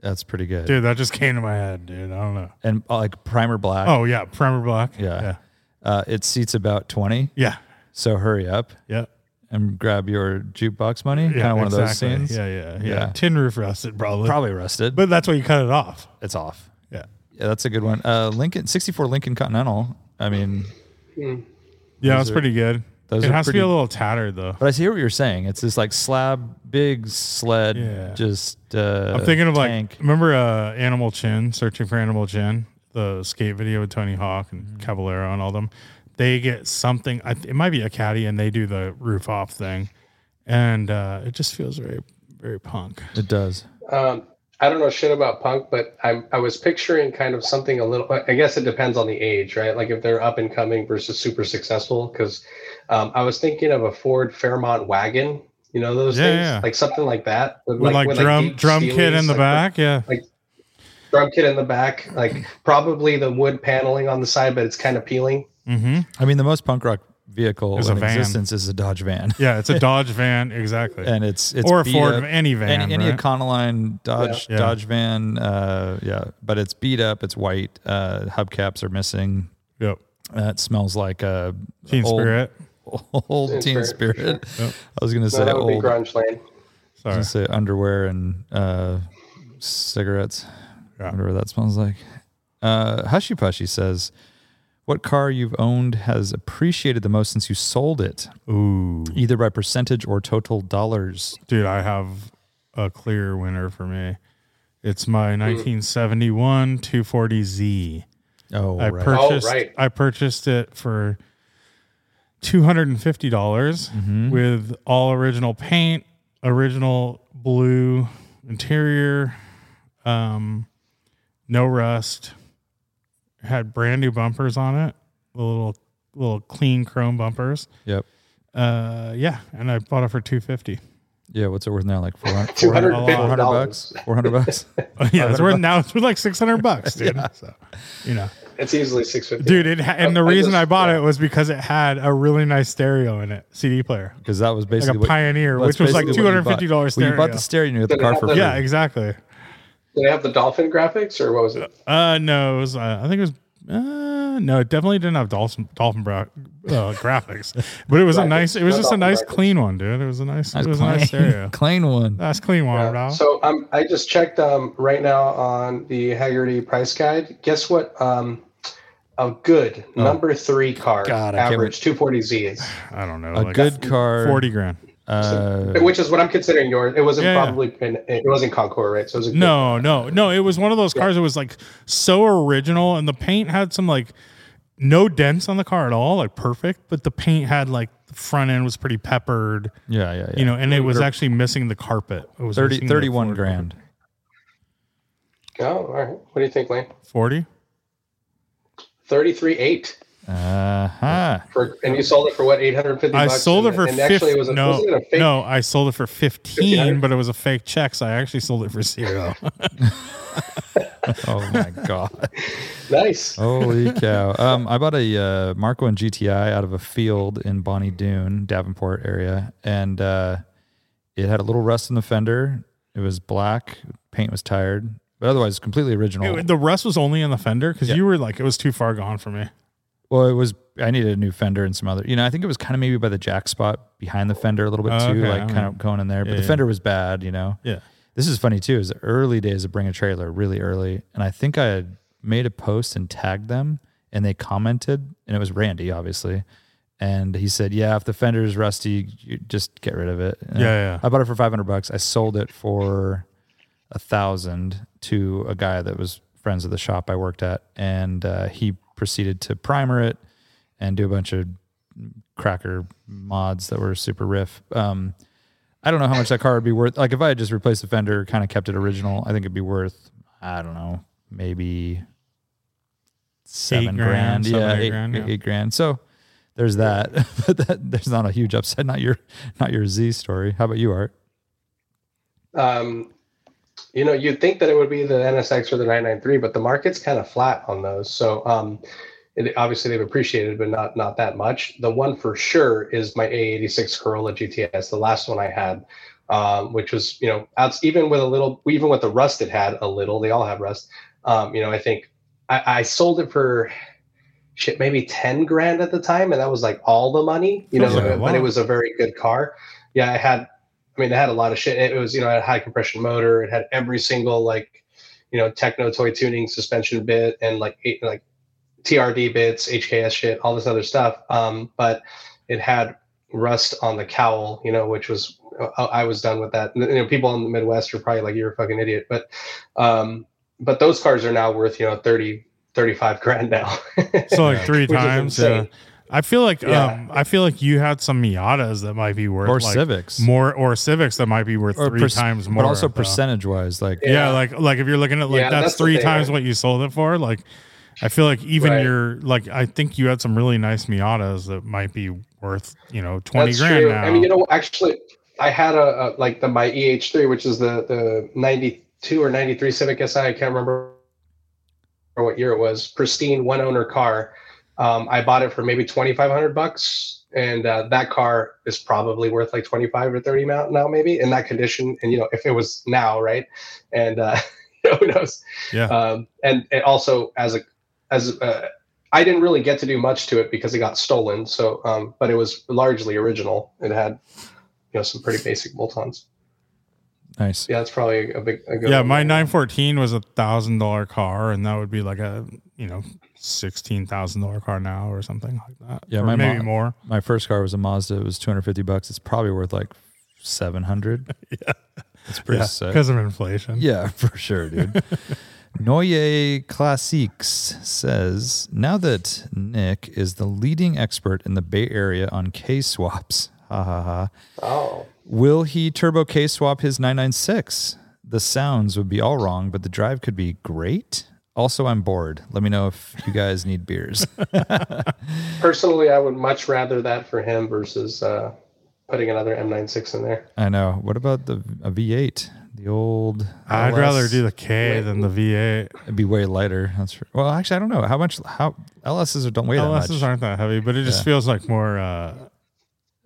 S2: That's pretty good.
S1: Dude, that just came to my head, dude. I don't know.
S2: And uh, like primer black.
S1: Oh yeah, primer black.
S2: Yeah.
S1: yeah,
S2: Uh, it seats about 20.
S1: yeah,
S2: So hurry up
S1: yeah.
S2: and grab your jukebox money.
S1: yeah
S2: kind of one of those
S1: exactly.
S2: scenes.
S1: Yeah, yeah, yeah,
S2: Yeah.
S1: Tin roof rusted probably.
S2: Probably rusted, but
S1: but that's why you cut it off.
S2: it's off.
S1: Yeah,
S2: Yeah, that's a good one. Uh, Lincoln 64 Lincoln Continental. I mean,
S1: yeah, that's
S2: are-
S1: pretty good.
S2: those
S1: it
S2: are
S1: has to be
S2: pretty- Uh,
S1: a little tattered though.
S2: but I see what you're saying. It's this like slab, big sled,
S1: Yeah.
S2: just. Uh,
S1: I'm thinking of
S2: tank.
S1: like remember uh, Animal Chin, searching for Animal Chin, the skate video with Tony Hawk and
S2: Mm-hmm.
S1: Caballero and all them. They get something. I th- it might be a caddy, and they do the roof off thing, and uh, it just feels very very punk.
S2: It does.
S3: Um, I don't know shit about punk, but I'm I was picturing kind of something a little. I guess it depends on the age, right? Like if they're up and coming versus super successful. Because um, I was thinking of a Ford Fairmont wagon, you know those
S1: Yeah,
S3: things,
S1: yeah.
S3: like something like that,
S1: With like, drum
S3: deep
S1: drum kit
S3: steelies,
S1: in the
S3: like,
S1: back. Yeah.
S3: drum kit in the back, like probably the wood paneling on the side, but it's kind of peeling.
S1: Mm-hmm.
S2: I mean, the most punk rock vehicle
S1: Is a
S2: in
S1: van.
S2: existence is a Dodge van,
S1: Yeah. It's a Dodge van. Exactly.
S2: and it's it's
S1: or a
S2: beat
S1: Ford,
S2: up.
S1: any van.
S2: any, any
S1: right?
S2: Econoline Dodge
S1: Yeah. Yeah.
S2: Dodge van, uh, yeah, but it's beat up, it's white, uh, hubcaps are missing.
S1: Yep.
S2: Uh, it smells like a
S1: Teen
S2: old,
S1: Spirit.
S2: old
S3: Teen
S2: Teen
S3: Spirit,
S2: Spirit.
S3: for
S1: Yep.
S2: I was gonna
S3: So
S2: say
S3: that would
S2: old,
S3: be grunge lane.
S2: I
S1: Sorry.
S2: was gonna say underwear and uh, cigarettes.
S1: Yeah.
S2: Whatever that smells like. Uh, Hushy Pushy says, "What car you've owned has appreciated the most since you sold it,
S1: Ooh,
S2: either by percentage or total dollars?"
S1: dude, I have a clear winner for me. It's my 1971 240Z.
S2: Oh,
S1: I
S2: right.
S1: purchased.
S3: right.
S1: I purchased it for two hundred and fifty dollars with all original paint, original blue interior, um, no rust. Had brand new bumpers on it, the little little clean chrome bumpers.
S2: yep.
S1: Uh, yeah, and I bought it for two fifty.
S2: Yeah, what's it worth now? Like 400, 400,
S1: $400.
S2: bucks?
S3: 250 dollars.
S2: 400 bucks?
S1: yeah, it's worth now. It's worth like six hundred bucks, dude. So, you know.
S3: It's easily six fifty.
S1: dude it ha- and the
S3: I
S1: reason
S3: just-
S1: i bought
S3: yeah.
S1: it was because it had a really nice stereo in it cd player
S2: Because that was
S1: like
S2: basically
S1: a
S2: what-
S1: pioneer
S2: that's
S1: which was like
S2: basically what you bought.
S1: $250
S2: Well,
S1: stereo
S2: you bought the stereo and you got the
S3: Did it
S2: car
S3: have
S2: for
S3: the-
S2: free.
S1: yeah exactly
S3: Did it have the dolphin graphics or what was it?
S1: uh no it was uh, i think it was uh, no it definitely didn't have dolphin dolphin bra- uh, graphics but it was a
S3: Right,
S1: nice it was
S3: no
S1: just a
S3: dolphin
S1: nice
S3: graphics.
S1: clean one dude it was a nice
S2: That's
S1: it was a
S2: clean.
S1: nice stereo
S2: clean one.
S1: that's clean one
S3: Yeah.
S1: bro.
S3: So um, I just checked um, right now on the Haggerty price guide. Guess what? Um, a good
S1: Oh.
S3: number three car
S2: God, I can't
S3: average 240Z is,
S1: i don't know
S2: A
S1: like
S2: good car.
S1: 40 grand
S2: Uh,
S3: which is what I'm considering yours. It wasn't
S1: Yeah, yeah.
S3: probably in, it wasn't Concord, right? So it was a good-
S1: No, no, no. It was one of those cars that was like so original, and the paint had some like no dents on the car at all, like perfect. But the paint had like the front end was pretty peppered,
S2: yeah, yeah, yeah.
S1: you know, and it was actually missing the carpet. It was
S2: 30,
S1: missing the
S2: 31
S1: floor
S2: grand.
S3: Oh, all right. What do you think, Lane?
S1: carpet. 40?
S3: 33 8
S2: Uh-huh.
S3: for and you sold it for what 850
S1: I
S3: bucks?
S1: sold it
S3: And-
S1: for
S3: and actually it was
S1: fifty.
S3: a,
S1: No,
S3: wasn't it a fake
S1: no, I sold it for fifteen,
S3: 1500?
S1: but it was a fake check, so I actually sold it for zero.
S2: Oh, my God.
S3: nice
S2: Holy cow. Um, I bought a uh, Marco and GTI out of a field in Bonnie Doon, Davenport area. And uh, it had a little rust in the fender. It was black. Paint was tired. But otherwise, completely original.
S1: It- the rust was only in the fender because
S2: Yeah.
S1: you were like, it was too far gone for me.
S2: Well, it was. I needed a new fender and some other. You know, I think it was kind of maybe by the jack spot behind the fender a little bit
S1: Oh,
S2: too,
S1: okay,
S2: like
S1: I
S2: kind
S1: mean,
S2: of going in there. But
S1: yeah,
S2: the
S1: yeah.
S2: fender was bad. You know.
S1: Yeah.
S2: This is funny too. Is the early days of Bring a Trailer, really early, and I think I had made a post and tagged them, and they commented, and it was Randy, obviously, and he said, "Yeah, if the fender is rusty, you just get rid of it." And
S1: Yeah, yeah.
S2: I bought it for five hundred bucks. I sold it for a thousand to a guy that was friends of the shop I worked at, and uh, he proceeded to primer it and do a bunch of cracker mods that were super riff. Um, I don't know how much that car would be worth. Like if I had just replaced the fender, kind of kept it original, I think it'd be worth I don't know maybe seven
S1: grand,
S2: grand,
S1: seven,
S2: yeah,
S1: eight
S2: eight,
S1: grand, yeah.
S2: eight grand. So there's that, but that, there's not a huge upside. Not your not your Z story. How about you, Art?
S3: um, you know, you'd think that it would be the NSX or the 993, but the market's kind of flat on those. So, um, it, obviously they've appreciated, but not not that much. The one for sure is my A86 Corolla GTS, the last one I had, um, which was you know, outs- even with a little, even with the rust it had a little. They all have rust. Um, you know, I think I, I sold it for shit maybe 10 grand at the time and that was like all the money you know
S1: Sounds like a
S3: but it
S1: lot.
S3: was a very good car yeah it had I mean, it had a lot of shit. It was, you know, it had a high compression motor. It had every single like, you know, techno toy tuning suspension bit and like eight, like TRD bits, HKS shit, all this other stuff. Um, but it had rust on the cowl, you know, which was I I was done with that. You know, people in the Midwest are probably like, "You're a fucking idiot," but um, but those cars are now worth you know 30, 35 grand now.
S1: So like three
S3: Which is
S1: times.
S3: insane.
S1: Yeah. I feel like
S3: Yeah.
S1: um, I feel like you had some Miatas that might be worth
S2: Or
S1: like,
S2: Civics.
S1: more or Civics that might be worth three
S2: perc-
S1: times more.
S2: But also
S1: though.
S2: percentage wise, like
S1: Yeah.
S3: Yeah.
S1: like like if you're looking at like
S3: Yeah,
S1: that's,
S3: that's what
S1: three
S3: they
S1: times
S3: are.
S1: what you sold it for. Like I feel like even
S3: Right.
S1: your like I think you had some really nice Miatas that might be worth you know twenty
S3: That's
S1: grand
S3: true.
S1: now.
S3: I mean, you know, actually, I had a, a like the my EH3, which is the the '92 or '93 Civic Si. I can't remember what year it was. Pristine one owner car. Um, I bought it for maybe twenty five hundred bucks, and uh, that car is probably worth like twenty five or thirty now, now maybe in that condition. And you know, if it was now, right? And uh, who knows?
S1: Yeah.
S3: Um, and it also as a as uh, I didn't really get to do much to it because it got stolen. So, um, but it was largely original. It had, you know, some pretty basic bolt-ons.
S2: nice.
S3: Yeah, that's probably a big. A good
S1: yeah,
S3: one.
S1: my nine fourteen was a thousand dollar car, and that would be like a you know sixteen thousand dollar car now or something like that.
S2: Yeah,
S1: Or
S2: my
S1: maybe
S2: mom-
S1: more.
S2: My first car was a Mazda. It was 250 bucks. It's probably worth like 700.
S1: Yeah.
S2: It's pretty
S1: Yeah,
S2: sick.
S1: because of inflation.
S2: Yeah, for sure, dude. Noye Classiques says now that Nick is the leading expert in the Bay Area on K swaps, ha ha ha,
S3: Oh,
S2: will he turbo K swap his 996? The sounds would be all wrong, but the drive could be great. Also, I'm bored. Let me know if you guys need beers.
S3: personally, I would much rather that for him versus uh, putting another M96 in there.
S2: I know. What about the a V8? The old.
S1: I'd
S2: LS?
S1: rather do the K than the V8.
S2: It'd be way lighter. That's for, well, actually, I don't know how much. How LSs don't weigh that
S1: LSs
S2: much.
S1: aren't that heavy, but it just
S2: Yeah.
S1: feels like more uh,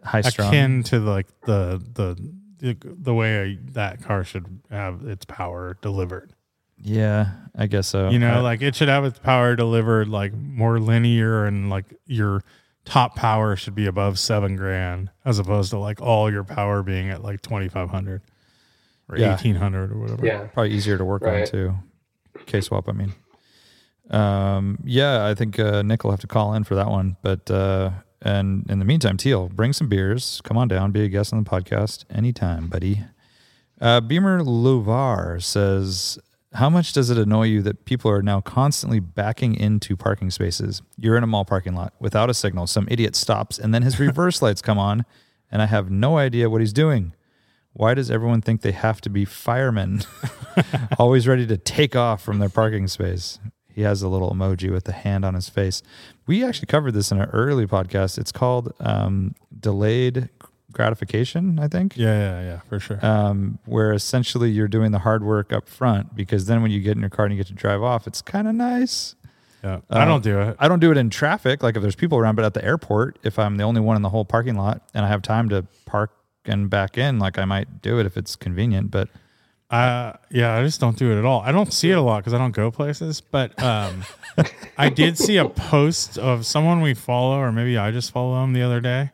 S2: High strung.
S1: akin to like the the the, the way I, that car should have its power delivered.
S2: Yeah, I guess so.
S1: You know,
S2: I-
S1: like it should have its power delivered like more linear and like your top power should be above seven grand as opposed to like all your power being at like 2500 or
S2: Yeah.
S1: 1800 or whatever.
S3: Yeah,
S2: probably easier to work on
S3: Right.
S2: too. K swap, I mean. Um, yeah, I think uh, Nick will have to call in for that one. But uh, and in the meantime, Teal, bring some beers. Come on down, be a guest on the podcast anytime, buddy. Uh, Beamer Lovar says, "How much does it annoy you that people are now constantly backing into parking spaces? You're in a mall parking lot without a signal. Some idiot stops, and then his reverse lights come on, and I have no idea what he's doing. Why does everyone think they have to be firemen, always ready to take off from their parking space?" He has a little emoji with the hand on his face. We actually covered this in an early podcast. It's called um, delayed gratification, I think
S1: Yeah, yeah, yeah, for sure.
S2: um, where essentially you're doing the hard work up front because then when you get in your car and you get to drive off, it's kind of nice.
S1: yeah.
S2: uh,
S1: I don't do it.
S2: I don't do it in traffic, like if there's people around, but at the airport, if I'm the only one in the whole parking lot and I have time to park and back in, like I might do it if it's convenient. But
S1: Uh, yeah, I just don't do it at all. I don't see it a lot because I don't go places. But um, I did see a post of someone we follow, or maybe I just follow him the other day,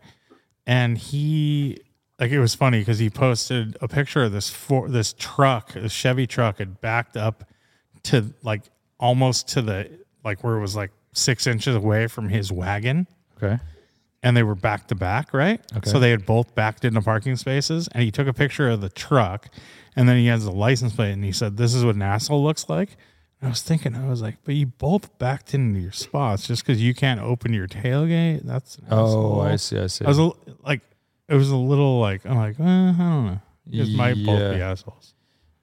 S1: and he like it was funny because he posted a picture of this for this truck, a Chevy truck, had backed up to like almost to the like where it was like six inches away from his wagon
S2: okay,
S1: and they were back to back, right?
S2: Okay.
S1: So they had both backed into parking spaces, and he took a picture of the truck, and then he has the license plate, and he said, "This is what an asshole looks like." And I was thinking, I was like, "But you both backed into your spots just because you can't open your tailgate? That's an
S2: oh,
S1: asshole."
S2: I see, I see.
S1: I was a, l- like, it was a little like, I'm like, eh, I don't know, you guys might both be
S2: Yeah.
S1: assholes.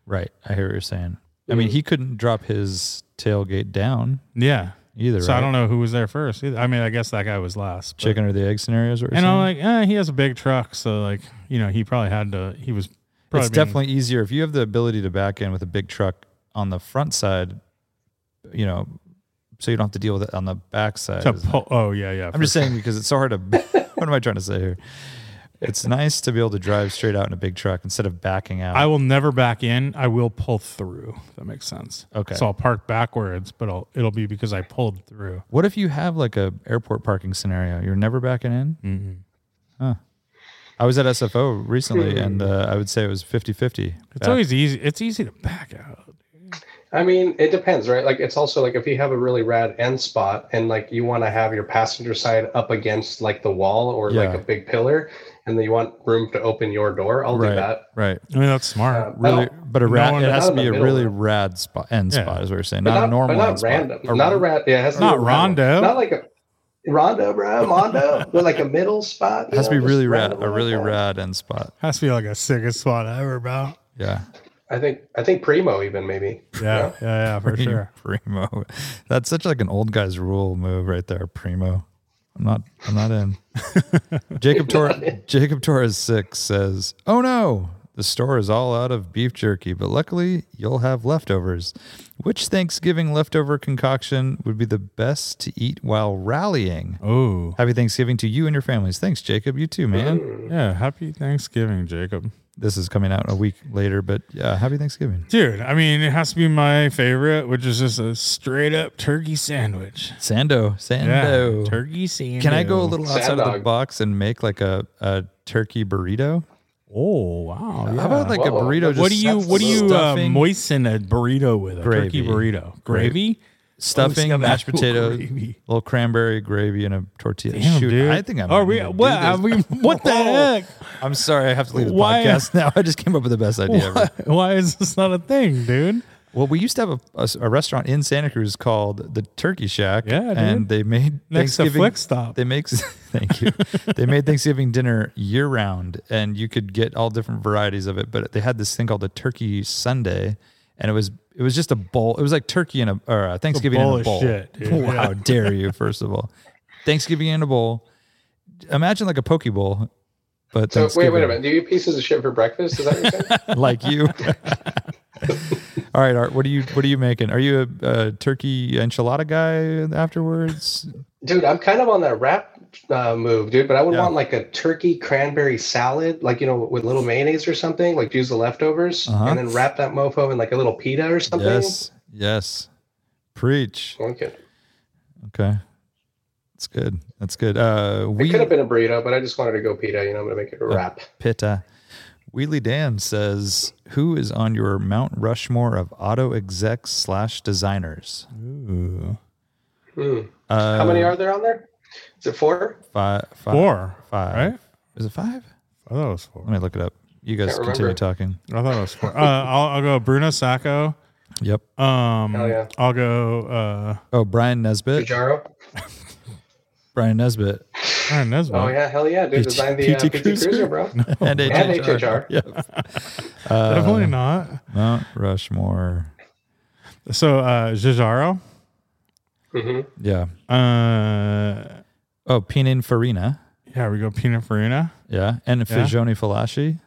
S2: right, I hear what you're saying. I mean, he couldn't drop his tailgate down
S1: Yeah.
S2: either.
S1: So
S2: right?
S1: I don't know who was there first. either. I mean, I guess that guy was last. but-
S2: chicken or the egg scenarios, or
S1: And I'm like, eh, he has a big truck, so like, you know, he probably had to. He was. Probably
S2: it's
S1: being-
S2: definitely easier if you have the ability to back in with a big truck on the front side, you know, so you don't have to deal with it on the back side.
S1: to
S2: isn't it?
S1: pull. Oh yeah, yeah.
S2: I'm just saying because it's so hard to. what am I trying to say here? It's nice to be able to drive straight out in a big truck instead of backing out.
S1: I will never back in. I will pull through. If that makes sense.
S2: Okay.
S1: So I'll park backwards, but I'll, it'll be because I pulled through.
S2: what if you have like a airport parking scenario? You're never backing in.
S1: Mm-hmm.
S2: I was at SFO recently, and uh, I would say it was 50-50.
S1: It's always easy. It's easy to back out.
S3: I mean, it depends, right? Like, it's also like if you have a really rad end spot and like you want to have your passenger side up against like the wall or like
S2: Yeah.
S3: a big pillar, and then you want room to open your door, I'll
S2: right,
S3: do that.
S2: right.
S1: I mean, that's smart.
S3: Uh,
S2: Really, but a
S1: No
S2: rad,
S1: one-
S2: it has
S3: not
S2: to
S3: in the
S2: be a
S3: middle,
S2: really
S3: though.
S2: rad spot end
S1: Yeah.
S2: spot is what you're saying,
S3: But
S2: not, a normal
S3: but not
S2: end spot.
S3: random,
S2: A
S3: not a rat. Yeah, it has to
S1: Not
S3: be a random.
S1: rondo.
S3: Not like a. Rondo, bro, Mondo, with like a middle spot.
S2: It has to
S3: you
S2: be
S3: know,
S2: really
S3: just
S2: rad,
S3: random
S2: a
S3: like
S2: really
S3: that.
S2: rad end spot.
S1: Has to be like a sickest spot ever, bro.
S2: Yeah.
S3: I think I think Primo even maybe.
S1: Yeah, yeah, yeah, for sure.
S2: Primo. That's such like an old guy's rule move right there, Primo. I'm not I'm not in. Jacob Tor Jacob Torres six says, Oh no, the store is all out of beef jerky, but luckily you'll have leftovers. Which Thanksgiving leftover concoction would be the best to eat while rallying?
S1: Oh,
S2: Happy Thanksgiving to you and your families. Thanks, Jacob. You too, man.
S1: yeah. Happy Thanksgiving, Jacob.
S2: This is coming out a week later, but yeah, happy Thanksgiving.
S1: Dude, I mean, it has to be my favorite, which is just a straight up turkey sandwich.
S2: Sando, Sando.
S1: turkey sandwich.
S2: Can I go a little
S3: Sand
S2: outside of the
S3: dog.
S2: box and make like a, a turkey burrito?
S1: Oh wow!
S2: How about like
S3: Whoa,
S2: a burrito?
S3: that's-
S2: Just
S1: what do you
S3: that's
S1: what do you uh,
S2: stuffing,
S1: moisten a burrito with? A
S2: Gravy.
S1: turkey burrito, gravy,
S2: stuffing,
S1: Oh, it's got
S2: mashed
S1: apple
S2: potatoes,
S1: gravy.
S2: little cranberry gravy, and a tortilla?
S1: Damn,
S2: Shoot,
S1: dude.
S2: I think I'm.
S1: Are we? What? Are we, what the heck?
S2: I'm sorry, I have to leave the
S1: Why-
S2: podcast now. I just came up with the best idea ever.
S1: Why is this not a thing, dude?
S2: Well, we used to have a, a s- a restaurant in Santa Cruz called the Turkey Shack.
S1: Yeah, dude.
S2: and they made
S1: Next to
S2: Thanksgiving
S1: Flick Stop.
S2: They make thank you. they made Thanksgiving dinner year round, and you could get all different varieties of it. But they had this thing called the Turkey Sunday, and it was it was just a bowl. It was like turkey in a or uh, Thanksgiving
S1: bowl
S2: in a
S1: of
S2: bowl.
S1: shit, dude.
S2: Wow,
S1: Yeah.
S2: how dare you? First of all, Thanksgiving in a bowl. Imagine like a poke bowl, but
S3: So wait, wait
S2: Thanksgiving
S3: a minute. Do you eat pieces of shit for breakfast? Is that what you're
S2: like
S3: saying?
S2: you. All right, Art. What do you what are you making? Are you a, a turkey enchilada guy afterwards?
S3: Dude, I'm kind of on that wrap uh, move, dude. But I would
S2: Yeah.
S3: want like a turkey cranberry salad, like you know, with little mayonnaise or something. Like use the leftovers
S2: Uh-huh.
S3: and then wrap that mofo in like a little pita or something.
S2: Yes, yes. Preach.
S3: Okay. It
S2: Okay, that's good. That's good. Uh, we
S3: could have been a burrito, but I just wanted to go pita. You know, I'm gonna make it a wrap.
S2: Pitta. Wheelie Dan says, "Who is on your Mount Rushmore of auto execs slash designers?"
S1: Ooh.
S3: Hmm.
S2: Uh,
S3: How many are there on there? Is it four?
S2: five? Five.
S1: Four,
S2: Five.
S1: right?
S2: Is it five?
S1: I thought it was four.
S2: Let me look it up. You guys
S3: Can't
S2: continue
S3: remember.
S2: talking.
S1: I thought it was four. Uh, I'll, I'll go Bruno Sacco.
S2: Yep.
S1: Um,
S3: Hell yeah.
S1: I'll go uh,
S2: Oh, Brian Nesbitt.
S3: Pujaro?
S2: Brian Nesbitt.
S1: Ryan Nesbitt.
S3: Oh yeah, hell yeah, dude!
S2: PT
S3: Design the uh,
S2: PT
S3: PT Cruiser,
S2: Cruiser?
S3: bro.
S2: and HHR.
S3: And HHR.
S2: Yep.
S1: Definitely not.
S2: Uh, Mount Rushmore.
S1: So uh, Jajaro.
S3: hmm
S2: Yeah.
S1: Uh,
S2: Oh, Pininfarina.
S1: yeah, we go Peanut Farina.
S2: Yeah. And
S1: Yeah.
S2: Figioni Falashi.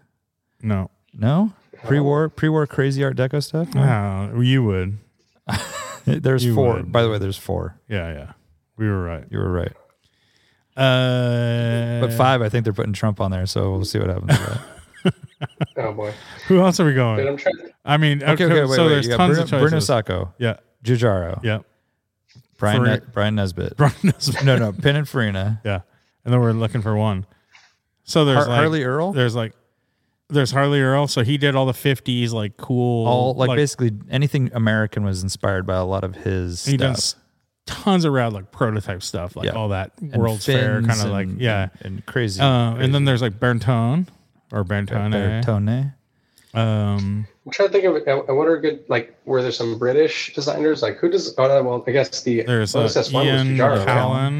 S1: No,
S2: No? Pre-war, pre-war crazy art deco stuff? No?
S1: no, you would.
S2: There's
S1: You
S2: four.
S1: would.
S2: By the way, there's four.
S1: Yeah, yeah, we were right.
S2: You were right.
S1: Uh,
S2: But five, I think they're putting Trump on there, so we'll see what happens. with that.
S3: Oh boy,
S1: Who else are we
S3: dude,
S1: going?
S3: I'm trying.
S1: I mean, okay,
S2: okay, okay, wait,
S1: so
S2: wait.
S1: there's
S2: You got
S1: tons
S2: Bruno,
S1: of choices.
S2: Bruno Sacco,
S1: yeah,
S2: Jujaro,
S1: yeah.
S2: Brian,
S1: Fari-
S2: Ne- Brian Nesbitt.
S1: Brian Nesbitt.
S2: no, no, Pininfarina.
S1: Yeah, and then we're looking for one. So there's
S2: Har-
S1: like,
S2: Harley Earl?
S1: There's like, there's Harley Earl. So he did all the '50s like cool,
S2: All like, basically anything American was inspired by a lot of his
S1: he
S2: stuff.
S1: does tons of rad like prototype stuff, like
S2: Yeah.
S1: all that
S2: and
S1: World's Fair
S2: fins
S1: kind of like
S2: and-
S1: yeah.
S2: and, and crazy.
S1: Uh, and then there's like Bertone or Bertone. eh?
S2: Bertone.
S1: Um,
S3: I'm trying to think of. uh, I I wonder, good like, were there some British designers? Like, who does? Oh no, well, I guess the
S1: there's
S3: what
S1: uh,
S3: was this one? It was
S1: Ian
S3: Pujaro, right?
S1: Callan.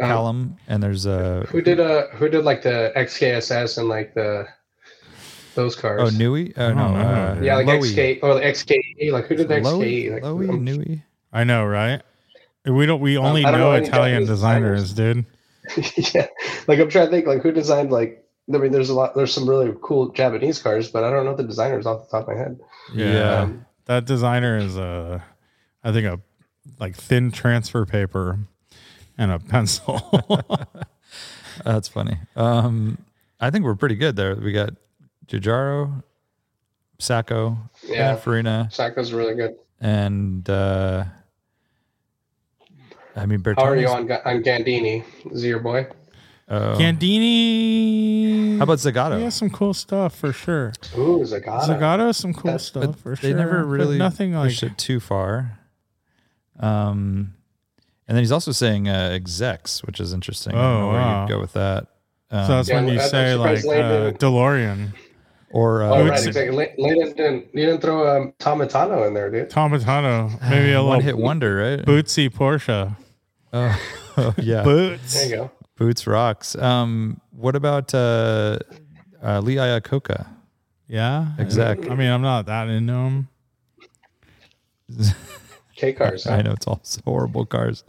S3: Um,
S2: Callum, and there's a
S3: Who did uh who did like the XKSS and like the those
S2: oh
S3: cars?
S2: Nui. Oh no,
S1: don't know.
S2: uh,
S3: yeah, like
S2: Lowy.
S3: XK or the XKE. Like who did the
S2: Lowy,
S3: XKE? Like
S2: Lowy,
S3: um,
S2: Nui.
S1: I know, right? We don't. We only
S3: I
S1: know,
S3: don't know any
S1: Italian
S3: Japanese
S1: designers, dude.
S3: yeah, like I'm trying to think. Like who designed like I mean, there's a lot. There's some really cool Japanese cars, but I don't know the designers off the top of my head.
S1: Yeah.
S2: Yeah.
S3: Um,
S1: That designer is a, I think a, like thin transfer paper, and a pencil.
S2: That's funny. Um, I think we're pretty good there. We got Jujaro, Sacco,
S3: Yeah.
S2: Farina,
S3: Sacco's really good.
S2: and uh, I mean Bertone.
S3: How are you on Ga- on Gandini? Is he your boy?
S2: Oh.
S1: Candini.
S2: How about Zagato?
S1: He has some cool stuff for sure.
S3: Ooh, Zagato.
S1: Zagato has some cool
S3: That's-
S1: stuff for
S2: they
S1: sure.
S2: never
S1: but
S2: really
S1: nothing like
S2: pushed it too far. Um, and then he's also saying uh, execs, which is interesting. I don't know
S1: Oh,
S2: where
S1: wow.
S2: you'd go with that. Um,
S1: So that's
S3: Yeah,
S1: when you
S3: I'm
S1: say like
S3: surprised Landon-
S1: uh, DeLorean,
S2: or uh,
S3: Oh,
S1: would
S3: right,
S1: say-
S3: exactly. Lay- Layden didn't, you didn't throw um, Tomatano in there, dude.
S1: Tomatano, maybe a
S2: one
S1: little
S2: hit Ah, wonder, right?
S1: bootsy Porsche.
S2: Oh, oh, yeah.
S1: Boots.
S3: There you go.
S2: Boots rocks. Um, what about uh, uh, Lee Iacocca?
S1: Yeah.
S2: Exactly.
S1: I mean, I'm not that into them.
S3: K cars.
S2: I
S3: huh?
S2: know it's all horrible cars.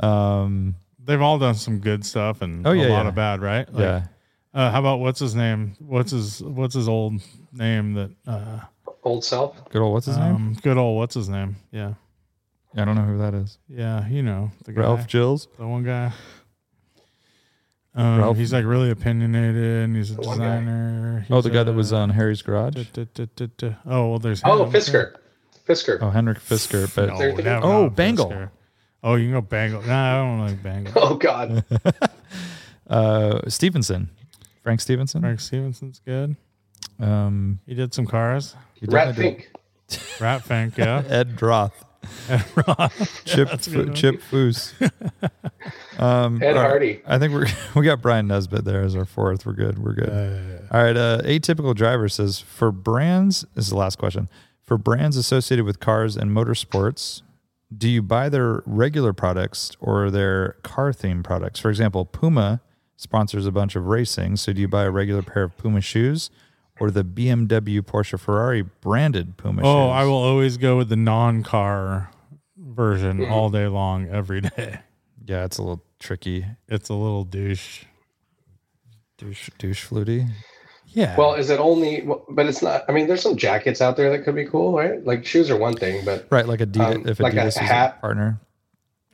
S2: Um,
S1: They've all done some good stuff and
S2: Oh, yeah,
S1: a lot
S2: yeah.
S1: of bad, right? Like,
S2: yeah.
S1: Uh, how about what's his name? What's his What's his old name? That uh,
S3: Old self.
S2: Good old, what's his name?
S1: um, good old what's his name? Yeah,
S2: I don't know who that is.
S1: yeah, you know the guy,
S2: Ralph Gills?
S1: the one guy. Um,
S2: Ralph-
S1: he's like really opinionated, and he's a
S3: The one guy.
S1: designer.
S2: Oh,
S1: He's uh,
S2: the guy that
S1: a-
S2: was on Harry's
S1: duh,
S2: Garage?
S1: duh, duh, duh, duh. Oh well, there's
S3: Oh,
S1: him.
S3: Fisker. Fisker.
S2: Oh, Henrik Fisker. But
S1: No,
S3: They're thinking-
S1: that-
S2: Oh,
S1: not
S2: Bangle.
S1: Fisker. Oh, you can go Bangle. No, I don't like Bangle.
S3: Oh, God.
S2: uh, Stevenson, Frank Stevenson.
S1: Mark Stevenson's good.
S2: Um,
S1: He did some cars.
S2: he
S3: Rat
S2: definitely did-
S3: Fink.
S1: Rat Fink, yeah.
S2: Ed Roth. Chip
S1: That's a
S2: Fu-
S1: good one.
S2: Chip Foose. um,
S3: Ed
S2: all right.
S3: Hardy.
S2: I think we're we got Brian Nesbitt there as our fourth. We're good. We're good. All right. Uh, atypical driver says for brands this is the last question for brands associated with cars and motorsports. Do you buy their regular products or their car themed products? For example, Puma sponsors a bunch of racing. So do you buy a regular pair of Puma shoes or the BMW, Porsche, Ferrari branded Puma shoes?
S1: Oh, I will always go with the non car version
S3: Mm-hmm.
S1: all day long, every day.
S2: Yeah, it's a little tricky.
S1: It's a little douche.
S2: Douche, douche fluty. Yeah.
S3: Well, is it only, but it's not, I mean, there's some jackets out there that could be cool, right? Like shoes are one thing, but
S2: right, like Adidas.
S3: um,
S2: if Adidas
S3: like a
S2: is a
S3: hat.
S2: partner,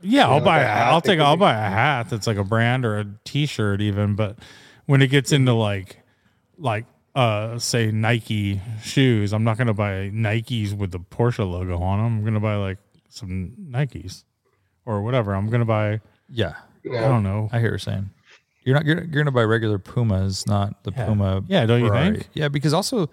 S1: Yeah, I'll
S3: like
S1: buy.
S3: a
S1: A,
S3: hat,
S1: I'll
S3: it
S1: take.
S3: could
S1: I'll
S3: be-
S1: buy a hat that's like a brand or a T-shirt, even. But when it gets into like, like, uh, say Nike shoes, I'm not gonna buy Nikes with the Porsche logo on them. I'm gonna buy like some Nikes or whatever. I'm gonna buy.
S2: yeah,
S3: you
S1: I
S3: know,
S1: don't know.
S2: I hear what you're saying. You're not. You're, you're going to buy regular Pumas, not the
S1: Yeah.
S2: Puma.
S1: Yeah, don't you
S2: Ferrari.
S1: think?
S2: Yeah, because also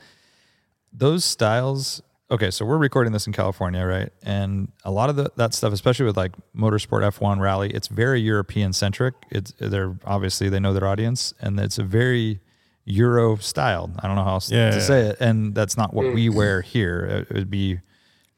S2: those styles. Okay, so we're recording this in California, right? And a lot of the, that stuff, especially with like motorsport F1 rally, it's very European centric. It's they're obviously they know their audience, and it's a very Euro style. I don't know how else
S1: Yeah,
S2: to
S1: yeah.
S2: say it, and that's not what
S3: Mm.
S2: we wear here. It, it would be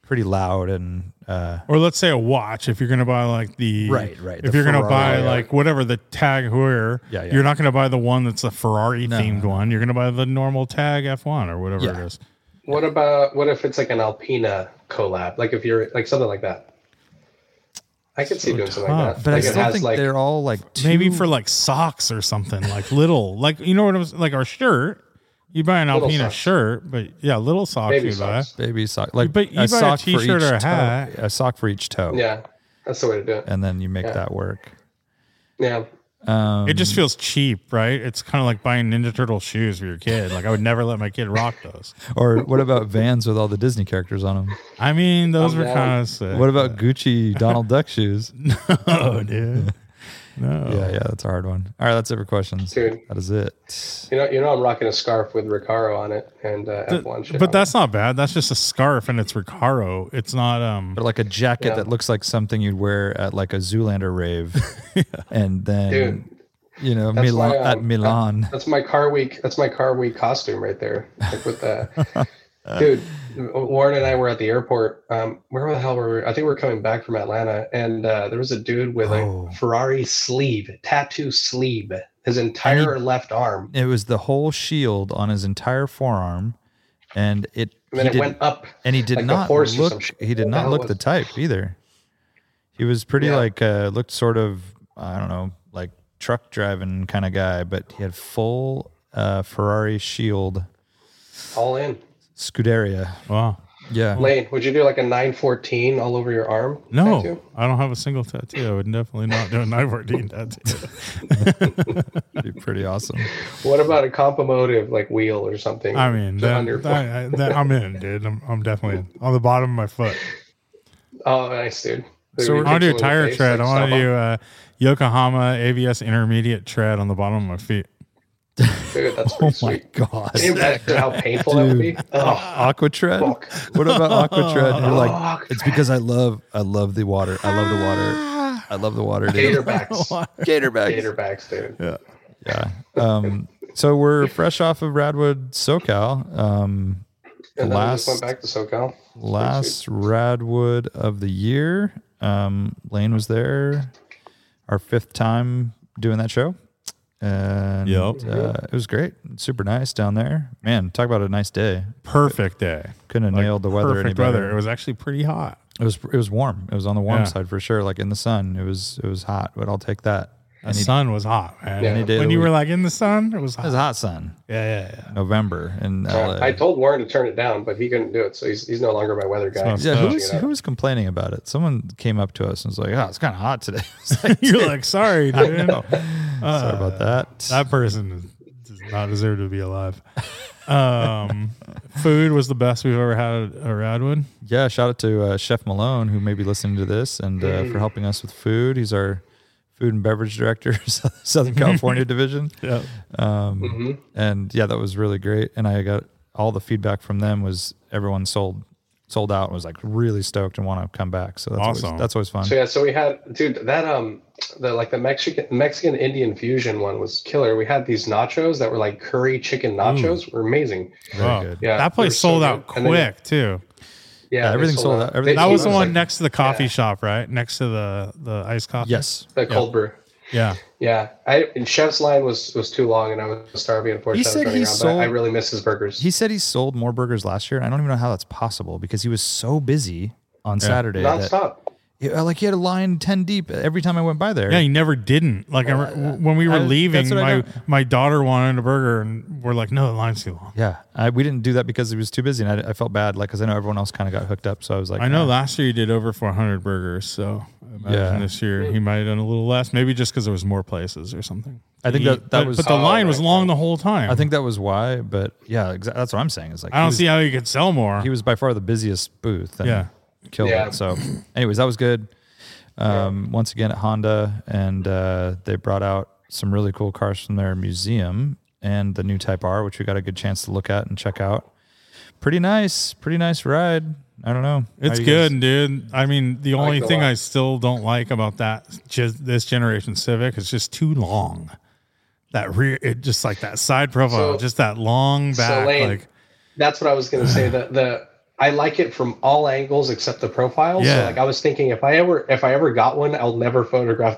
S2: pretty loud and uh,
S1: Or let's say a watch. If you're gonna buy like the
S2: Right, right,
S1: If
S2: the
S1: you're gonna buy
S2: Ferrari, yeah.
S1: like whatever the tag whoever,
S2: Yeah, yeah.
S1: you're not gonna buy the one that's a Ferrari
S2: no,
S1: themed
S2: no.
S1: one. You're gonna buy the normal tag F1 or whatever
S2: Yeah.
S1: it is.
S3: what about, what if it's like an Alpina collab? Like if you're, like something like that. I could see doing something like
S1: tough.
S3: that.
S2: But
S3: like
S2: I
S3: it
S2: still
S3: has,
S2: think
S3: like-
S2: they're all like too,
S1: maybe for like socks or something like little like you know what i'm s- like our shirt you buy an
S3: Little
S1: alpina
S3: socks.
S1: shirt but yeah little socks
S3: Baby
S1: you buy
S3: socks.
S2: baby sock like
S1: But you buy a
S2: sock for
S1: t-shirt
S2: each
S1: or a
S2: toe-
S1: hat.
S2: a sock for each toe,
S3: Yeah, that's the way to do it.
S2: and then you make
S3: Yeah.
S2: that work.
S3: Yeah,
S2: Um,
S1: it just feels cheap right it's kind of like buying ninja turtle shoes for your kid like i would never let my kid rock those
S2: or what about Vans with all the Disney characters on them?
S1: i mean those
S3: I'm
S1: were
S3: down.
S1: kind of sick
S2: What oh, about Gucci Donald Duck shoes?
S1: no dude no
S2: Yeah, yeah, that's a hard one. All right, that's it for questions.
S3: Dude.
S2: That is it.
S3: you know, you know, I'm rocking a scarf with Recaro on it and uh,
S1: Th-
S3: F1 shit. on
S1: but
S3: it.
S1: that's not bad that's just a scarf and it's ricaro it's not um
S2: Or like a jacket
S3: Yeah.
S2: that looks like something you'd wear at like a Zoolander rave, and then
S3: Dude.
S2: you know
S3: That's
S2: Milan
S3: why,
S2: at
S3: um,
S2: Milan.
S3: That's my car week. That's my car week costume right there. Like with the dude, Warren and I were at the airport. Um, where the hell were we? I think we were coming back from Atlanta, and uh, there was a dude with
S2: Oh.
S3: a Ferrari sleeve, tattoo sleeve, his entire left arm,
S2: it was the whole shield on his entire forearm, and it
S3: and then
S2: he
S3: it
S2: did-
S3: went up.
S2: and he did
S3: like a
S2: not
S3: horse or some
S2: look
S3: shit.
S2: he did
S3: What the
S2: not
S3: hell
S2: look
S3: was
S2: the
S3: it?
S2: type either he was pretty
S3: Yeah.
S2: like uh looked sort of i don't know like truck driving kind of guy but he had full uh ferrari shield
S3: all in.
S2: scuderia
S1: wow
S2: yeah
S3: Lane, would you do like a 914 all over your arm?
S1: no,
S3: tattoo?
S1: I don't have a single tattoo. I would definitely not do a 914 tattoo.
S2: that'd be pretty awesome
S3: What about a compomotive like wheel or something?
S1: I mean,
S3: The
S1: that,
S3: under-
S1: that- I- that- I'm in, dude. I'm, I'm definitely in. on the bottom of my foot.
S3: oh, nice dude.
S2: So
S1: I want to do a tire
S3: Face,
S1: tread.
S3: like
S1: I want to
S3: Starbucks.
S1: do a Yokohama ABS intermediate tread on the bottom of my feet.
S3: Dude, that's pretty
S2: oh my
S3: sweet.
S2: god
S3: Can you imagine how painful that would be? Oh,
S2: aqua tread
S3: fuck.
S2: what about aqua tread you're like
S3: Fuck.
S2: it's because i love i love the water i love the water i love the water dude.
S3: Gatorbacks.
S2: Gatorback.
S3: Gatorbacks, dude.
S2: Yeah. Um, so we're fresh off of Radwood SoCal. Um,
S3: And then I just
S2: Last-
S3: went back to SoCal.
S2: last Radwood of the year. Um, Lane was there. our fifth time doing that show. And
S1: Yep.
S2: uh, it was great. Super nice down there. Man, talk about a nice day.
S1: Perfect day.
S2: Couldn't have
S1: Like,
S2: nailed the weather any
S1: Perfect
S2: better.
S1: weather. It was actually pretty hot.
S2: It was it was warm. It was on the warm
S1: Yeah.
S2: side for sure. Like in the sun, it was it was hot. But I'll take that.
S1: The sun was hot, man.
S3: Yeah. Any
S2: day of
S1: When
S2: the
S1: you were
S2: week.
S1: like in the sun, it was
S2: It
S1: hot.
S2: was a hot sun.
S1: Yeah, yeah, yeah.
S2: November in
S3: Uh,
S2: LA.
S3: I told Warren to turn it down, but he couldn't do it, so he's, he's no longer my weather guy.
S1: That's
S2: yeah,
S1: Uh,
S2: who
S1: messed
S2: was, who was complaining about it? Someone came up to us and was like, "Oh, it's kind of hot today." I was like,
S1: You're like, sorry, dude. Uh,
S2: Sorry about that.
S1: That person does not deserve to be alive. Um, food was the best we've ever had at Radwood.
S2: yeah, shout out to uh, Chef Malone who may be listening to this and uh, for helping us with food. He's our food and beverage director, Southern California division.
S1: Yeah.
S2: Um,
S3: Mhm.
S2: And yeah, that was really great. And I got all the feedback from them was everyone sold sold out and was like really stoked and want to come back. So that's
S1: Awesome.
S2: always, that's always fun.
S3: So yeah, so we had dude that um the like the Mexican Mexican Indian fusion one was killer. We had these nachos that were like curry chicken nachos, were amazing.
S2: Very
S1: Wow.
S2: good.
S3: Yeah,
S1: that
S3: they were
S1: place
S3: so
S1: sold
S3: good.
S1: out
S3: And then-
S1: quick too.
S3: Yeah, they
S2: everything sold out. Everything-
S1: That
S3: he
S1: was the one
S3: like,
S1: next to the coffee
S3: yeah.
S1: shop, right? Next to the the iced coffee.
S2: Yes.
S3: the cold brew.
S1: Yeah.
S3: Yeah, I and chef's line was was too long, and I was starving. Unfortunately,
S2: said
S3: I was running
S2: he
S3: around, but I- I
S2: sold-
S3: really miss his burgers.
S2: He said he sold more burgers last year. And I don't even know how that's possible because he was so busy on Saturday.
S3: Nonstop.
S2: That, Yeah, like he had a line 10 deep every time I went by there.
S1: Yeah, you never didn't. Like I, re- when we were
S2: I- that's
S1: leaving,
S2: what I
S1: my
S2: don't-
S1: my daughter wanted a burger, and we're like, no, the line's too long.
S2: Yeah. I, we didn't do that because he was too busy. And I, I felt bad, like, because I know everyone else kind of got hooked up. So I was like,
S1: I know
S2: eh.
S1: last year you did over 400 burgers, so I imagine
S2: Yeah.
S1: this year he might have done a little less, maybe just because there was more places or something.
S2: I think
S1: to
S2: that-
S1: eat.
S2: that
S1: But-
S2: was-
S1: but the
S3: Oh,
S1: line was
S3: right.
S1: long the whole time.
S2: I think that was why. But yeah, exa- that's what I'm saying. Is like,
S1: I
S2: he
S1: don't
S2: was,
S1: see how you could sell more.
S2: he was by far the busiest booth. And
S1: Yeah.
S2: Killed
S3: Yeah.
S2: it. So, anyways, that was good. Um, Once again at Honda. And uh, they brought out some really cool cars from their museum and the new Type R, which we got a good chance to look at and check out. Pretty nice. Pretty nice ride. I don't know. How
S1: It's
S2: you guys-
S1: good, dude. I mean, the only
S3: it a
S1: thing
S3: lot.
S1: I still don't like about that just this generation Civic is just too long. That rear, it just like that side profile,
S3: So-
S1: just that long back.
S3: Lane,
S1: like,
S3: That's what I was gonna say. The the I like it from all angles except the profile.
S1: Yeah.
S3: So like I was thinking if I ever if I ever got one, I'll never photograph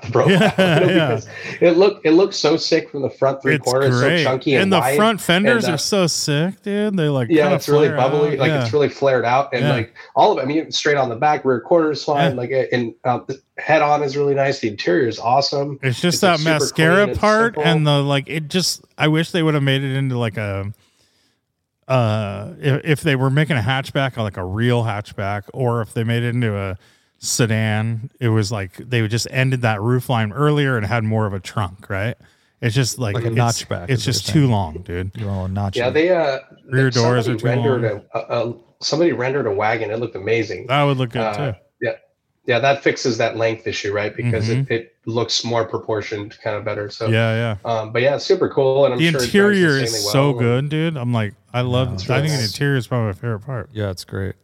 S3: the profile.
S1: Yeah,
S3: because it looked it looks so sick from the front three
S1: it's
S3: quarters, so
S1: great,
S3: chunky
S1: and,
S3: and,
S1: the
S3: wide.
S1: front fenders
S3: and, uh,
S1: are so sick, dude. They like
S3: Yeah,
S1: kinda
S3: it's really
S1: flare out.
S3: bubbly. Like
S1: Yeah.
S3: it's really flared out, and
S1: Yeah.
S3: like all of it. I mean, straight on the back, rear quarters fine.
S1: Yeah.
S3: Like and uh, head on is really nice. The interior is awesome.
S1: It's just
S3: It's
S1: that
S3: like super
S1: mascara
S3: clean, it's
S1: part
S3: simple.
S1: and the like. It just. I wish they would have made it into like a. Uh, if, if they were making a hatchback, like a real hatchback, or if they made it into a sedan, it was like they would just ended that roof line earlier and had more of a trunk, right? It's just like,
S2: Like a
S1: it's-
S2: notchback
S1: It's
S2: is what
S1: just
S2: you're
S1: too long, dude.
S2: You want a notch.
S3: Yeah, they uh somebody
S1: Rear doors are too
S3: rendered a, a, a somebody rendered a wagon. It looked amazing.
S1: That would look good
S3: Uh,
S1: too.
S3: yeah, yeah, that fixes that length issue, right? Because it, it looks more proportioned, kind of better. So,
S1: Mm-hmm. Yeah, yeah.
S3: um, but yeah, it's super cool. And I'm sure
S1: The
S3: it drives
S1: interior is
S3: insanely
S1: so
S3: well.
S1: good, dude. I'm like, I love.
S2: it's
S1: I
S3: really
S1: think the
S3: nice.
S1: interior is probably my favorite part.
S2: Yeah, it's great.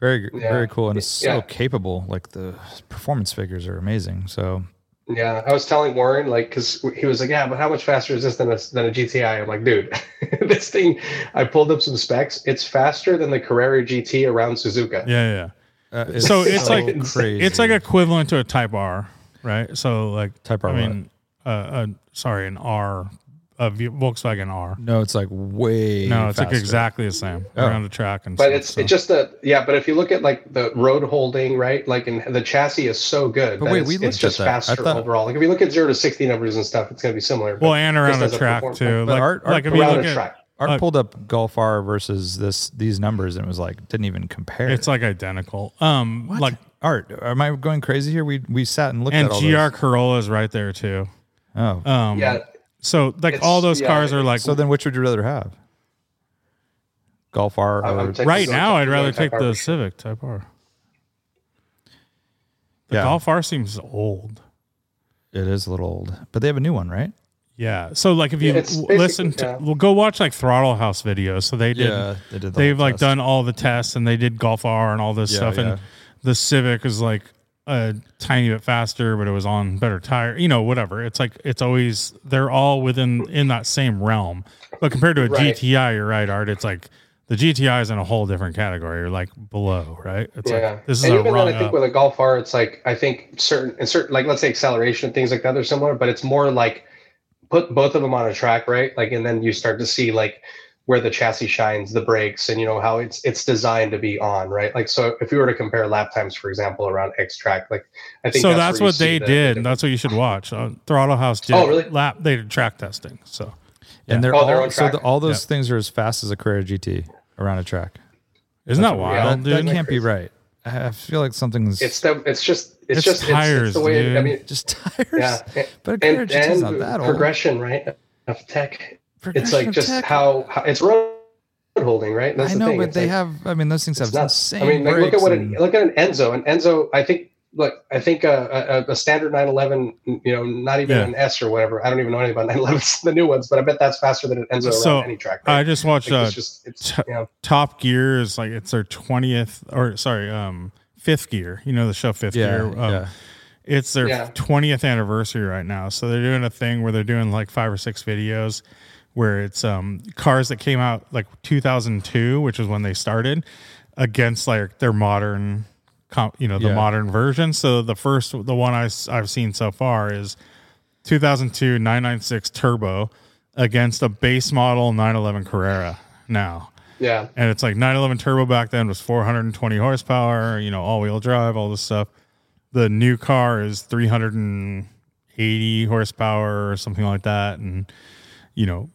S2: Very
S3: Yeah.
S2: very cool, and it's so
S3: Yeah.
S2: capable. Like the performance figures are amazing. So
S3: Yeah, I was telling Warren like because he was like, yeah, but how much faster is this than a than a GTI? I'm like, dude, this thing. I pulled up some specs. It's faster than the Carrera GT around Suzuka.
S1: Yeah, yeah.
S2: uh,
S1: So it's like-
S3: it's-
S2: crazy.
S1: It's like equivalent to a Type R, right? So like
S2: Type R
S1: I mean, uh, uh, sorry, an R, a V- Volkswagen R.
S2: no, it's like way.
S1: No, it's like
S2: faster.
S1: exactly the same
S2: Oh.
S1: around the track and.
S3: But
S1: stuff,
S3: it's
S1: so.
S3: it's just the yeah. But if you look at like the road holding, right? Like, and the chassis is so good.
S2: But
S3: that
S2: wait,
S3: it's,
S2: we
S3: it's
S2: looked
S3: just
S2: at that. I
S3: faster
S2: thought-
S3: overall. Like if you look at zero to sixty numbers and stuff, it's gonna be similar. but
S1: well, and
S3: just
S1: around the
S3: as a
S1: track
S3: performance-
S1: too.
S2: But
S1: Like,
S2: our- our-
S1: like if you
S3: around
S1: look
S3: the
S1: at,
S3: track.
S2: Art
S1: uh,
S2: pulled up Golf R versus this these numbers, and it was like didn't even compare.
S1: it's like identical. Um,
S2: What?
S1: like
S2: Art. Am I going crazy here? We we sat and looked
S1: and
S2: at all
S1: GR Corolla is right there too.
S2: Those. Oh,
S1: Um,
S3: Yeah,
S1: So like
S3: It's-
S1: all those
S3: yeah,
S1: cars are like
S2: so then which would you rather have? Golf R
S3: I'm- I'm
S2: or
S3: taking
S1: right
S3: the-
S1: now. I'd
S3: the
S1: rather
S3: Type
S1: take
S3: R
S1: the
S3: version.
S1: Civic Type R. The
S2: Yeah.
S1: Golf R seems old.
S2: it is a little old, but they have a new one, right?
S1: Yeah. So like if you
S3: Yeah, it's
S1: w-
S3: basically-
S1: listen to
S3: yeah.
S1: well, go watch like Throttle House videos. So they did
S2: they did. the
S1: they've
S2: whole
S1: like
S2: test.
S1: done all the tests and they did Golf R and all this
S2: Yeah,
S1: stuff
S2: yeah.
S1: and the Civic is like a tiny bit faster but it was on better tire, you know, whatever. It's like it's always they're all within in that same realm. But compared to a
S3: Right.
S1: GTI, you're right, Art, it's like The GTI is in a whole different category, or like below, right? It's
S3: yeah.
S1: like this is
S3: and
S1: a uh,
S3: even then,
S1: rung
S3: I think
S1: up.
S3: with a Golf R, it's like I think certain and certain like let's say acceleration and things like that are similar, but it's more like put both of them on a track, right? Like, and then you start to see like where the chassis shines, the brakes, and you know how it's it's designed to be on, right? Like, so if we were to compare lap times, for example, around X track, like I think
S1: so that's,
S3: where you
S1: what
S3: see
S1: they
S3: the-
S1: did, and that's what you should watch. Uh, Throttle House did
S3: Oh, really?
S1: lap. They did track testing, so Yeah.
S2: And they're
S3: Oh,
S2: all
S3: they're on
S2: so
S3: track.
S2: the, all those things are as fast as a Carrera GT around a track.
S1: isn't that
S3: what- yeah,
S1: wild,
S2: that, that
S1: dude?
S2: can't be right. I I feel like something's
S3: It's the it's just it's,
S1: It's
S3: just it's- it's,
S1: tires,
S3: the way I
S1: dude.
S3: mean,
S2: just tires.
S3: yeah,
S2: But a Carrera
S3: and,
S2: GT is
S3: and
S2: not that old.
S3: progression, right? Of tech, it's
S2: Progression
S3: like
S2: of
S3: just
S2: tech.
S3: how, how it's road holding, right? That's
S2: I
S3: the
S2: know,
S3: thing.
S2: but
S3: It's
S2: they
S3: like-
S2: have. I mean, those things have
S3: It's nuts.
S2: insane.
S3: I mean, like, look at
S2: brakes
S3: what
S2: and-
S3: an, look at an Enzo. An Enzo, I think. Look, I think uh, a, a, a standard 911, you know, not even
S1: Yeah.
S3: an S or whatever. I don't even know anything about 911s, the new ones, but I bet that's faster than an Enzo
S1: So,
S3: around any track.
S1: I
S3: Right?
S1: just watched
S3: Like,
S1: uh,
S3: it's just, it's,
S1: t-
S3: you know,
S1: Top Gear is like it's their twentieth or sorry, um, fifth gear. You know the show Fifth
S2: yeah,
S1: Gear. Um,
S2: yeah.
S1: It's
S3: Yeah.
S1: their twentieth anniversary right now, so they're doing a thing where they're doing like five or six videos where it's um cars that came out like 2002, which is when they started, against like their modern, com- you know, the
S2: Yeah.
S1: modern version. So the first, the one I, have seen so far is 2002 996 Turbo against a base model 911 Carrera now.
S3: yeah.
S1: And it's like 911 turbo back then was 420 horsepower, you know, all wheel drive, all this stuff. The new car is 380 horsepower or something like that. And, you know,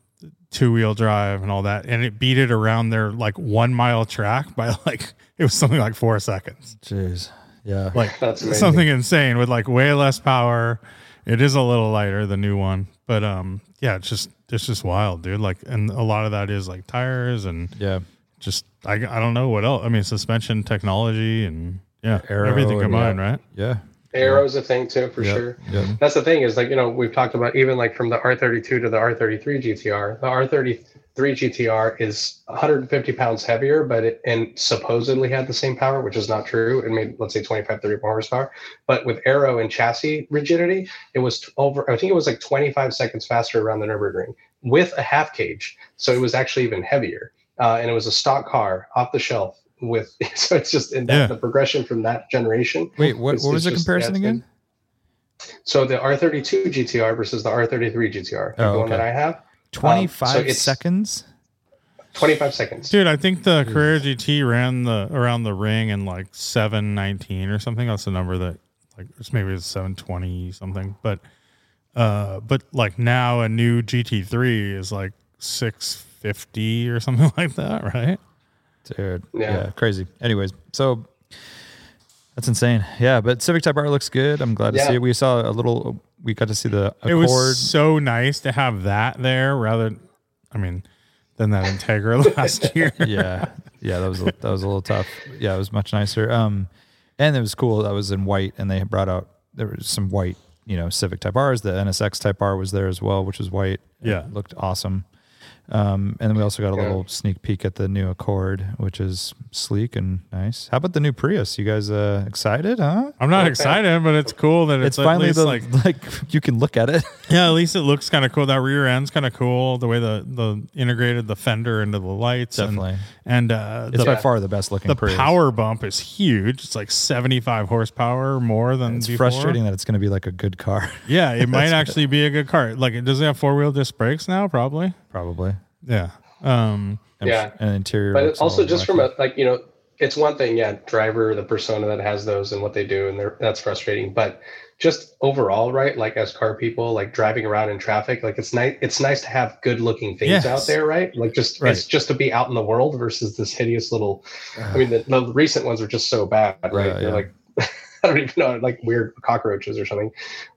S1: two wheel drive and all that. And it beat it around their like one mile track by like, it was something like four seconds.
S2: Jeez. Yeah.
S1: Like
S3: That's amazing.
S1: something insane with like way less power. It is a little lighter, the new one. But, um, yeah, it's just, it's just wild, dude. Like, and a lot of that is like tires and,
S2: Yeah.
S1: just I, I don't know what else. I mean, suspension technology and yeah,
S2: Aero
S1: everything
S2: and-
S1: combined, right?
S2: Yeah.
S3: Aero's a thing too, for
S2: yeah,
S3: sure.
S2: Yeah.
S3: That's the thing is like, you know, we've talked about even like from the R32 to the R33 GTR. The R33 GTR is 150 pounds heavier, but it and supposedly had the same power, which is not true. It made, let's say, 25, 30 more horsepower. But with aero and chassis rigidity, it was t- over, I think it was like 25 seconds faster around the Nürburgring with a half cage. So it was actually even heavier. Uh, and it was a stock car off the shelf with, so it's just in that,
S1: Yeah.
S3: the progression from that generation
S2: Wait, what,
S3: It's-
S2: what was the
S3: it's just-
S2: comparison
S3: yeah, it's um,
S2: again?
S3: So the R32 GTR versus the R33 GTR,
S2: Oh,
S3: the one
S2: okay.
S3: that I have,
S2: 25
S3: so it's-
S2: seconds?
S3: 25 seconds.
S1: Dude, I think the Carrera GT ran the around the ring in like seven nineteen or something. That's the number that like it's maybe it's seven twenty something. But uh, but like now a new GT three is like six fifty or something like that, right?
S2: Dude. Yeah.
S3: Yeah.
S2: Crazy. Anyways, so that's insane. Yeah. But Civic Type R looks good. I'm glad to
S3: Yeah.
S2: see it. We saw a little, we got to see the Accord.
S1: It was so nice to have that there rather. I mean, than that Integra last year.
S2: yeah. Yeah. That was, a- that was a little tough. Yeah. It was much nicer. Um, and it was cool. That was in white and they brought out, there was some white, you know, Civic Type R's. The NSX Type R was there as well, which was white.
S1: Yeah.
S2: It looked awesome. Um, and then we also got a
S3: Yeah.
S2: little sneak peek at the new Accord, which is sleek and nice. How about the new Prius? You guys uh, excited, huh?
S1: I'm not
S3: Okay.
S1: excited, but it's cool that
S2: It's
S1: it's, at
S2: finally
S1: least,
S2: the,
S1: like
S2: like, you can look at it.
S1: Yeah, at least it looks kind of cool. That rear end's kind of cool. The way the the integrated the fender into the lights, and-
S2: Definitely.
S1: And, uh,
S2: It's
S1: the,
S2: by far the best looking
S1: the
S2: Prius.
S1: power bump is huge. It's like seventy five horsepower more than
S2: It's
S1: before.
S2: frustrating that it's going to be like a good car,
S1: Yeah, it might actually be a good car. Like, it does it have four wheel disc brakes now? Probably.
S2: probably.
S1: Yeah. Um.
S2: And-
S3: Yeah.
S2: And interior.
S3: But
S2: looks
S3: it's also
S2: all
S3: just
S2: wacky.
S3: from a, like, you know, it's one thing, yeah, driver, the persona that has those and what they do, and they're, that's frustrating. But just overall, right? Like as car people, like driving around in traffic, like it's nice. It's nice to have good-looking things
S1: Yes.
S3: out there, right? Like just
S2: Right.
S3: it's just to be out in the world versus this hideous little. I mean, the, the recent ones are just so bad, right?
S2: Yeah,
S3: They're
S2: yeah.
S3: like I don't even know, like weird cockroaches or something.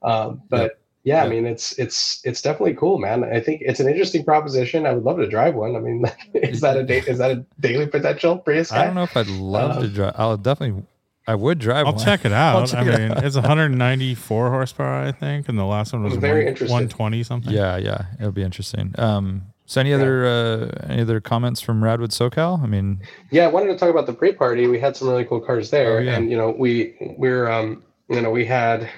S3: Um, but yeah,
S2: Yeah.
S3: I mean, it's it's it's definitely cool, man. I think it's an interesting proposition. I would love to drive one. I mean, like, is that a da- is that a daily potential Prius?
S2: I
S3: guy?
S2: don't know if I'd love
S3: Uh,
S2: to drive. I'll definitely, I would drive
S1: I'll
S2: one.
S1: check it out.
S2: check
S1: I
S2: it
S1: mean, it's 194 horsepower, I think, and the last one was
S3: I'm very
S1: one-
S3: interested.
S1: 120 something.
S2: Yeah, yeah, it'll be interesting. Um, so any other uh, any other comments from Radwood SoCal? I mean,
S3: Yeah, I wanted to talk about the pre-party. We had some really cool cars there,
S2: Oh, yeah.
S3: and you know, we we're um, you know, we had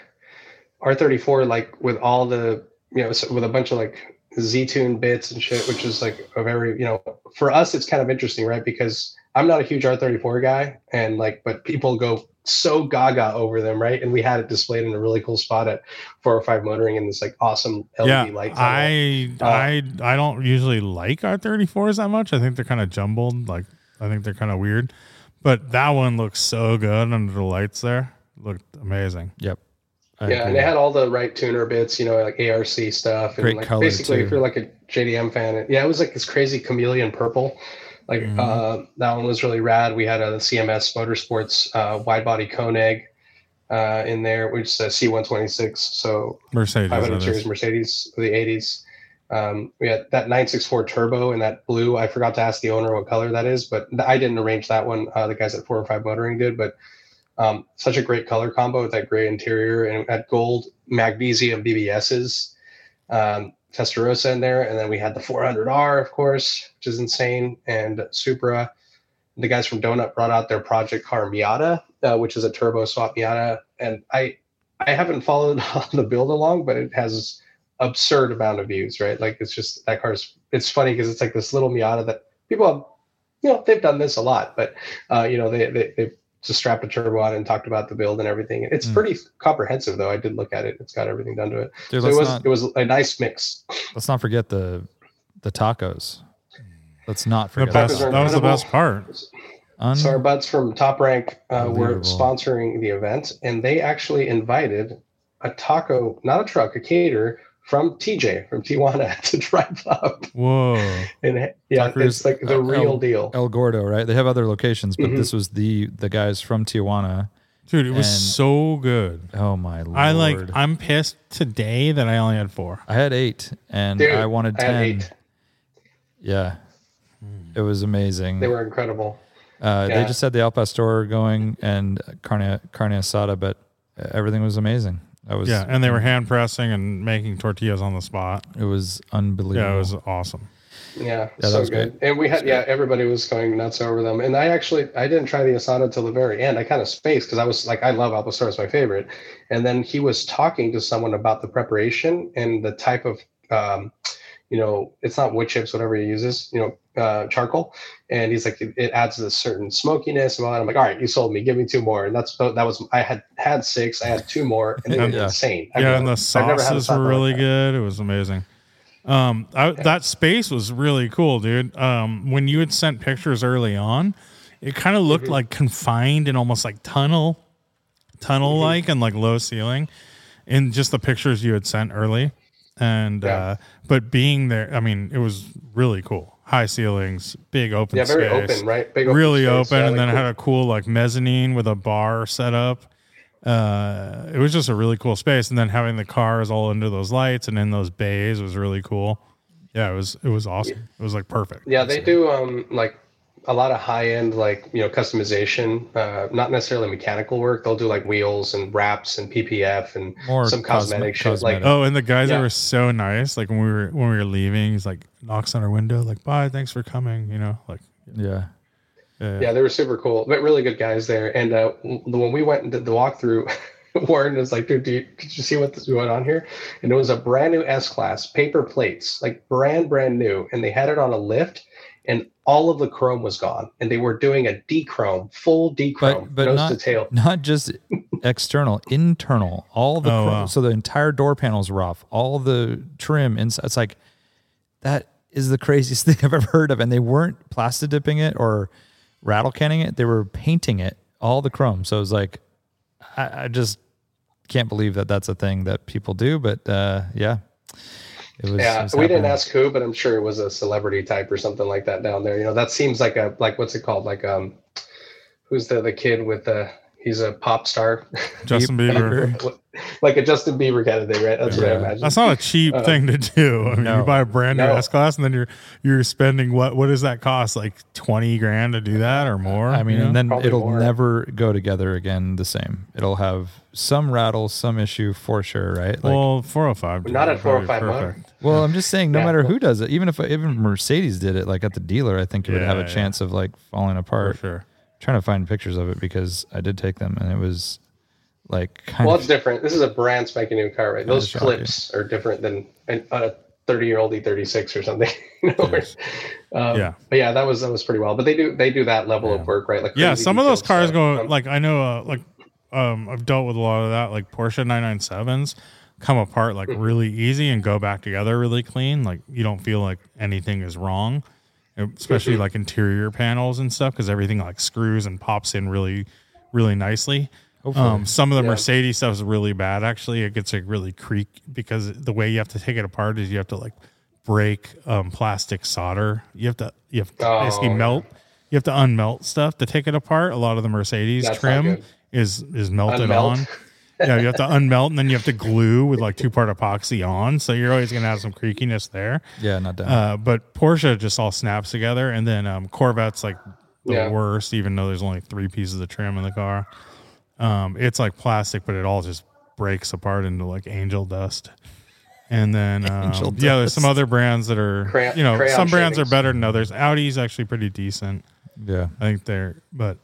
S3: R34 like with all the you know so with a bunch of like Z-Tune bits and shit, which is like a very, you know, for us, it's kind of interesting, right? Because I'm not a huge R34 guy and like, but people go so gaga over them, right? And we had it displayed in a really cool spot at 405 Motoring in this like awesome LED
S1: yeah,
S3: light.
S1: I
S3: Uh,
S1: I I don't usually like R thirty fours that much. I think they're kind of jumbled. Like I think they're kind of weird. But that one looks so good under the lights. There looked amazing.
S2: Yep. I
S3: yeah, and
S2: agree.
S3: they had all the right tuner bits, you know, like ARC stuff, and
S2: Great
S3: like
S2: color,
S3: basically, if
S2: too.
S3: you're like a JDM fan, it, yeah, it was like this crazy chameleon purple. Like
S2: Mm-hmm.
S1: Mhm.
S3: uh, that one was really rad. We had a CMS Motorsports uh, wide body Koenig uh, in there, which is a C126, so
S1: Mercedes.
S3: 500
S1: that is.
S3: series Mercedes of the 80s. Um, we had that 964 turbo and that blue. I forgot to ask the owner what color that is, but I didn't arrange that one. Uh, the guys at four and five motoring did, but um, such a great color combo with that gray interior and that gold magnesium BBSs, um, Testarossa in there. And then we had the 400R, of course, which is insane, and Supra. The guys from Donut brought out their project car Miata, uh, which is a turbo swap Miata. And I, I haven't followed on the build along, but it has absurd amount of views, right? Like it's just that car's. It's funny because it's like this little Miata that people, have, you know, they've done this a lot, but uh, you know, they they they just strapped a turbo on and talked about the build and everything. It's
S2: Mm.
S3: pretty comprehensive, though. I did look at it; it's got everything done to it.
S2: Dude,
S3: So it
S2: let's
S3: was
S2: not
S3: it was a nice mix.
S2: let's not forget the the tacos. Let's not
S1: The
S2: forget
S1: best.
S2: the
S1: That was the
S3: incredible.
S1: best part.
S2: Un-
S3: So our buds from Top Rank uh, were
S2: Unbelievable.
S3: sponsoring the event, and they actually invited a taco, not a truck, a caterer from TJ from Tijuana to drive up.
S1: Whoa.
S3: And yeah,
S2: Tucker's,
S3: it's like the
S2: uh,
S3: real
S2: El-
S3: deal.
S2: El Gordo, right? They have other locations, but
S3: Mhm.
S2: this was the the guys from Tijuana.
S1: Dude, it was
S2: And-
S1: so good.
S2: Oh my lord!
S1: I like. I'm pissed today that I only had four.
S2: I had eight, and
S3: Dude,
S2: I wanted
S3: I had
S2: ten.
S3: eight.
S2: Yeah, it was amazing.
S3: They were incredible.
S2: Uh, They
S3: Yeah.
S2: just had the El Pastor going and carne carne asada, but everything was amazing. That was
S1: Yeah, and they were hand pressing and making tortillas on the spot.
S2: It was unbelievable.
S1: Yeah, it was awesome.
S3: Yeah,
S2: that
S3: so
S2: was
S3: good. And we had, yeah, everybody was going nuts over them. And I actually, I didn't try the asada till the very end. I kind of spaced because I was like, I love Alpastar, it's my favorite. And then he was talking to someone about the preparation and the type of, um, you know, it's not wood chips, whatever he uses, you know, uh, charcoal. And he's like, it, it adds this certain smokiness. And all that. I'm like, all right, you sold me. Give me two more. And that's oh, that was I had had six. I had two more, and they were
S1: Yeah.
S3: insane. I
S1: yeah,
S3: mean,
S1: and the
S3: I've never had a
S1: sauces
S3: taco
S1: were
S3: like
S1: really
S3: that.
S1: good. It was amazing. Um, I, that space was really cool, dude. Um, when you had sent pictures early on, it kind of looked
S3: Mm-hmm.
S1: like confined and almost like tunnel, tunnel
S3: Mm-hmm.
S1: like, and like low ceiling, in just the pictures you had sent early. And
S3: Yeah.
S1: uh, but being there, I mean, it was really cool. High ceilings, big open
S3: Yeah, very
S1: space.
S3: open, right? Big
S1: really
S3: space,
S1: open,
S3: yeah, like
S1: and then it
S3: cool.
S1: had a cool like mezzanine with a bar set up. Uh, it was just a really cool space, and then having the cars all under those lights and in those bays was really cool. Yeah, it was it was awesome. It was like perfect.
S3: Yeah, they do um like a lot of high end like you know customization, uh, not necessarily mechanical work. They'll do like wheels and wraps and PPF and
S2: More
S3: some cosmetic
S2: cosme-
S3: shit. Like
S2: cosmetic.
S1: Oh, and the guys that
S3: Yeah.
S1: were so nice. Like when we were when we were leaving, he's like knocks on our window, like "Bye, thanks for coming." You know, like
S2: yeah.
S1: yeah,
S3: yeah, they were super cool, but really good guys there. And uh, the- when we went and did the walkthrough, Warren was like, "Dude, do you, did you see what's going on here?" And it was a brand new S class, paper plates, like brand brand new, and they had it on a lift. And all of the chrome was gone, and they were doing a dechrome, full dechrome,
S2: but
S3: nose
S2: not-
S3: to tail.
S2: Not just external, internal. All the
S1: Oh,
S2: chrome-
S1: wow.
S2: so the entire door panel's rough. All the trim inside. It's like that is the craziest thing I've ever heard of. And they weren't plastic dipping it or rattle canning it. They were painting it. All the chrome. So it was like I, I just can't believe that that's a thing that people do. But uh, yeah, it was. it
S3: Yeah,
S2: was
S3: we didn't
S2: happening.
S3: ask who, but I'm sure it was a celebrity type or something like that down there. You know, that seems like a like what's it called? Like um, who's the the kid with the he's a pop star,
S1: Justin
S2: Beep-
S1: Bieber.
S2: Bieber.
S3: like a Justin Bieber kind of thing, right? That's what I
S2: Yeah.
S3: imagine.
S1: That's not a cheap
S3: Uh,
S1: thing to do. I mean, you
S2: no.
S1: buy a brand new
S3: No.
S1: S class, and then you're you're spending what? What does that cost? Like twenty grand to do that, or more?
S2: I mean,
S1: you know?
S2: and then
S3: Probably
S2: it'll
S3: more.
S2: never go together again the same. It'll have some rattle, some issue for sure, right? Like, well,
S1: well, four hundred five.
S3: But not at 405
S2: I'm just saying, no
S3: Yeah.
S2: matter who does it, even if even Mercedes did it, like at the dealer, I think it would have
S1: Yeah,
S2: a
S1: yeah.
S2: chance of like falling
S1: for
S2: apart.
S1: sure.
S2: Trying to find pictures of it because I did take them, and it was like kind
S3: well, it's
S2: of
S3: different. This is a brand spanking new car, right? Those
S2: that's right,
S3: clips are different than an, a 30 year old E36 or something. you know, where-
S1: Yes.
S3: um,
S1: Yeah.
S3: But yeah, that was that was pretty wild. But they do they do that level
S2: Yeah.
S3: of work, right? Like
S1: yeah
S3: crazy
S1: some of those
S3: detailed
S1: cars
S3: stuff.
S1: go
S3: Um,
S1: like i know uh, like um i've dealt with a lot of that like porsche 997s come apart
S3: Mm-hmm.
S1: like really easy and go back together really clean like you don't feel like anything is wrong e,
S3: Mm-hmm.
S1: especially like interior panels and stuff because everything like screws and pops in really really nicely
S2: Hopefully.
S1: um, some of the
S3: Yeah.
S1: mercedes stuff is really bad actually it gets like really creak because the way you have to take it apart is you have to like break um, plastic solder you have to you have to
S3: Oh,
S1: basically
S3: yeah.
S1: melt you have to unmelt stuff to take it apart. A lot of the Mercedes
S3: That's not
S1: trim
S3: good.
S1: is is melted
S3: Unmelt.
S1: on. yeah, you have to unmelt and then you have to glue with like two part epoxy on. So you're always gonna have some creakiness there.
S2: yeah, not down.
S1: Uh, but Porsche just all snaps together, and then um, Corvette's like the
S3: Yeah.
S1: worst, even though there's only three pieces of trim in the car. Um, it's like plastic, but it all just breaks apart into like angel dust. And then, um,
S2: Angel
S1: yeah, there's some
S2: dust.
S1: other brands that are,
S3: Crayon-
S1: you know,
S3: crayon
S1: some brands are
S3: shavings.
S1: better than others. Audi's actually pretty decent.
S2: yeah.
S1: I think they're, but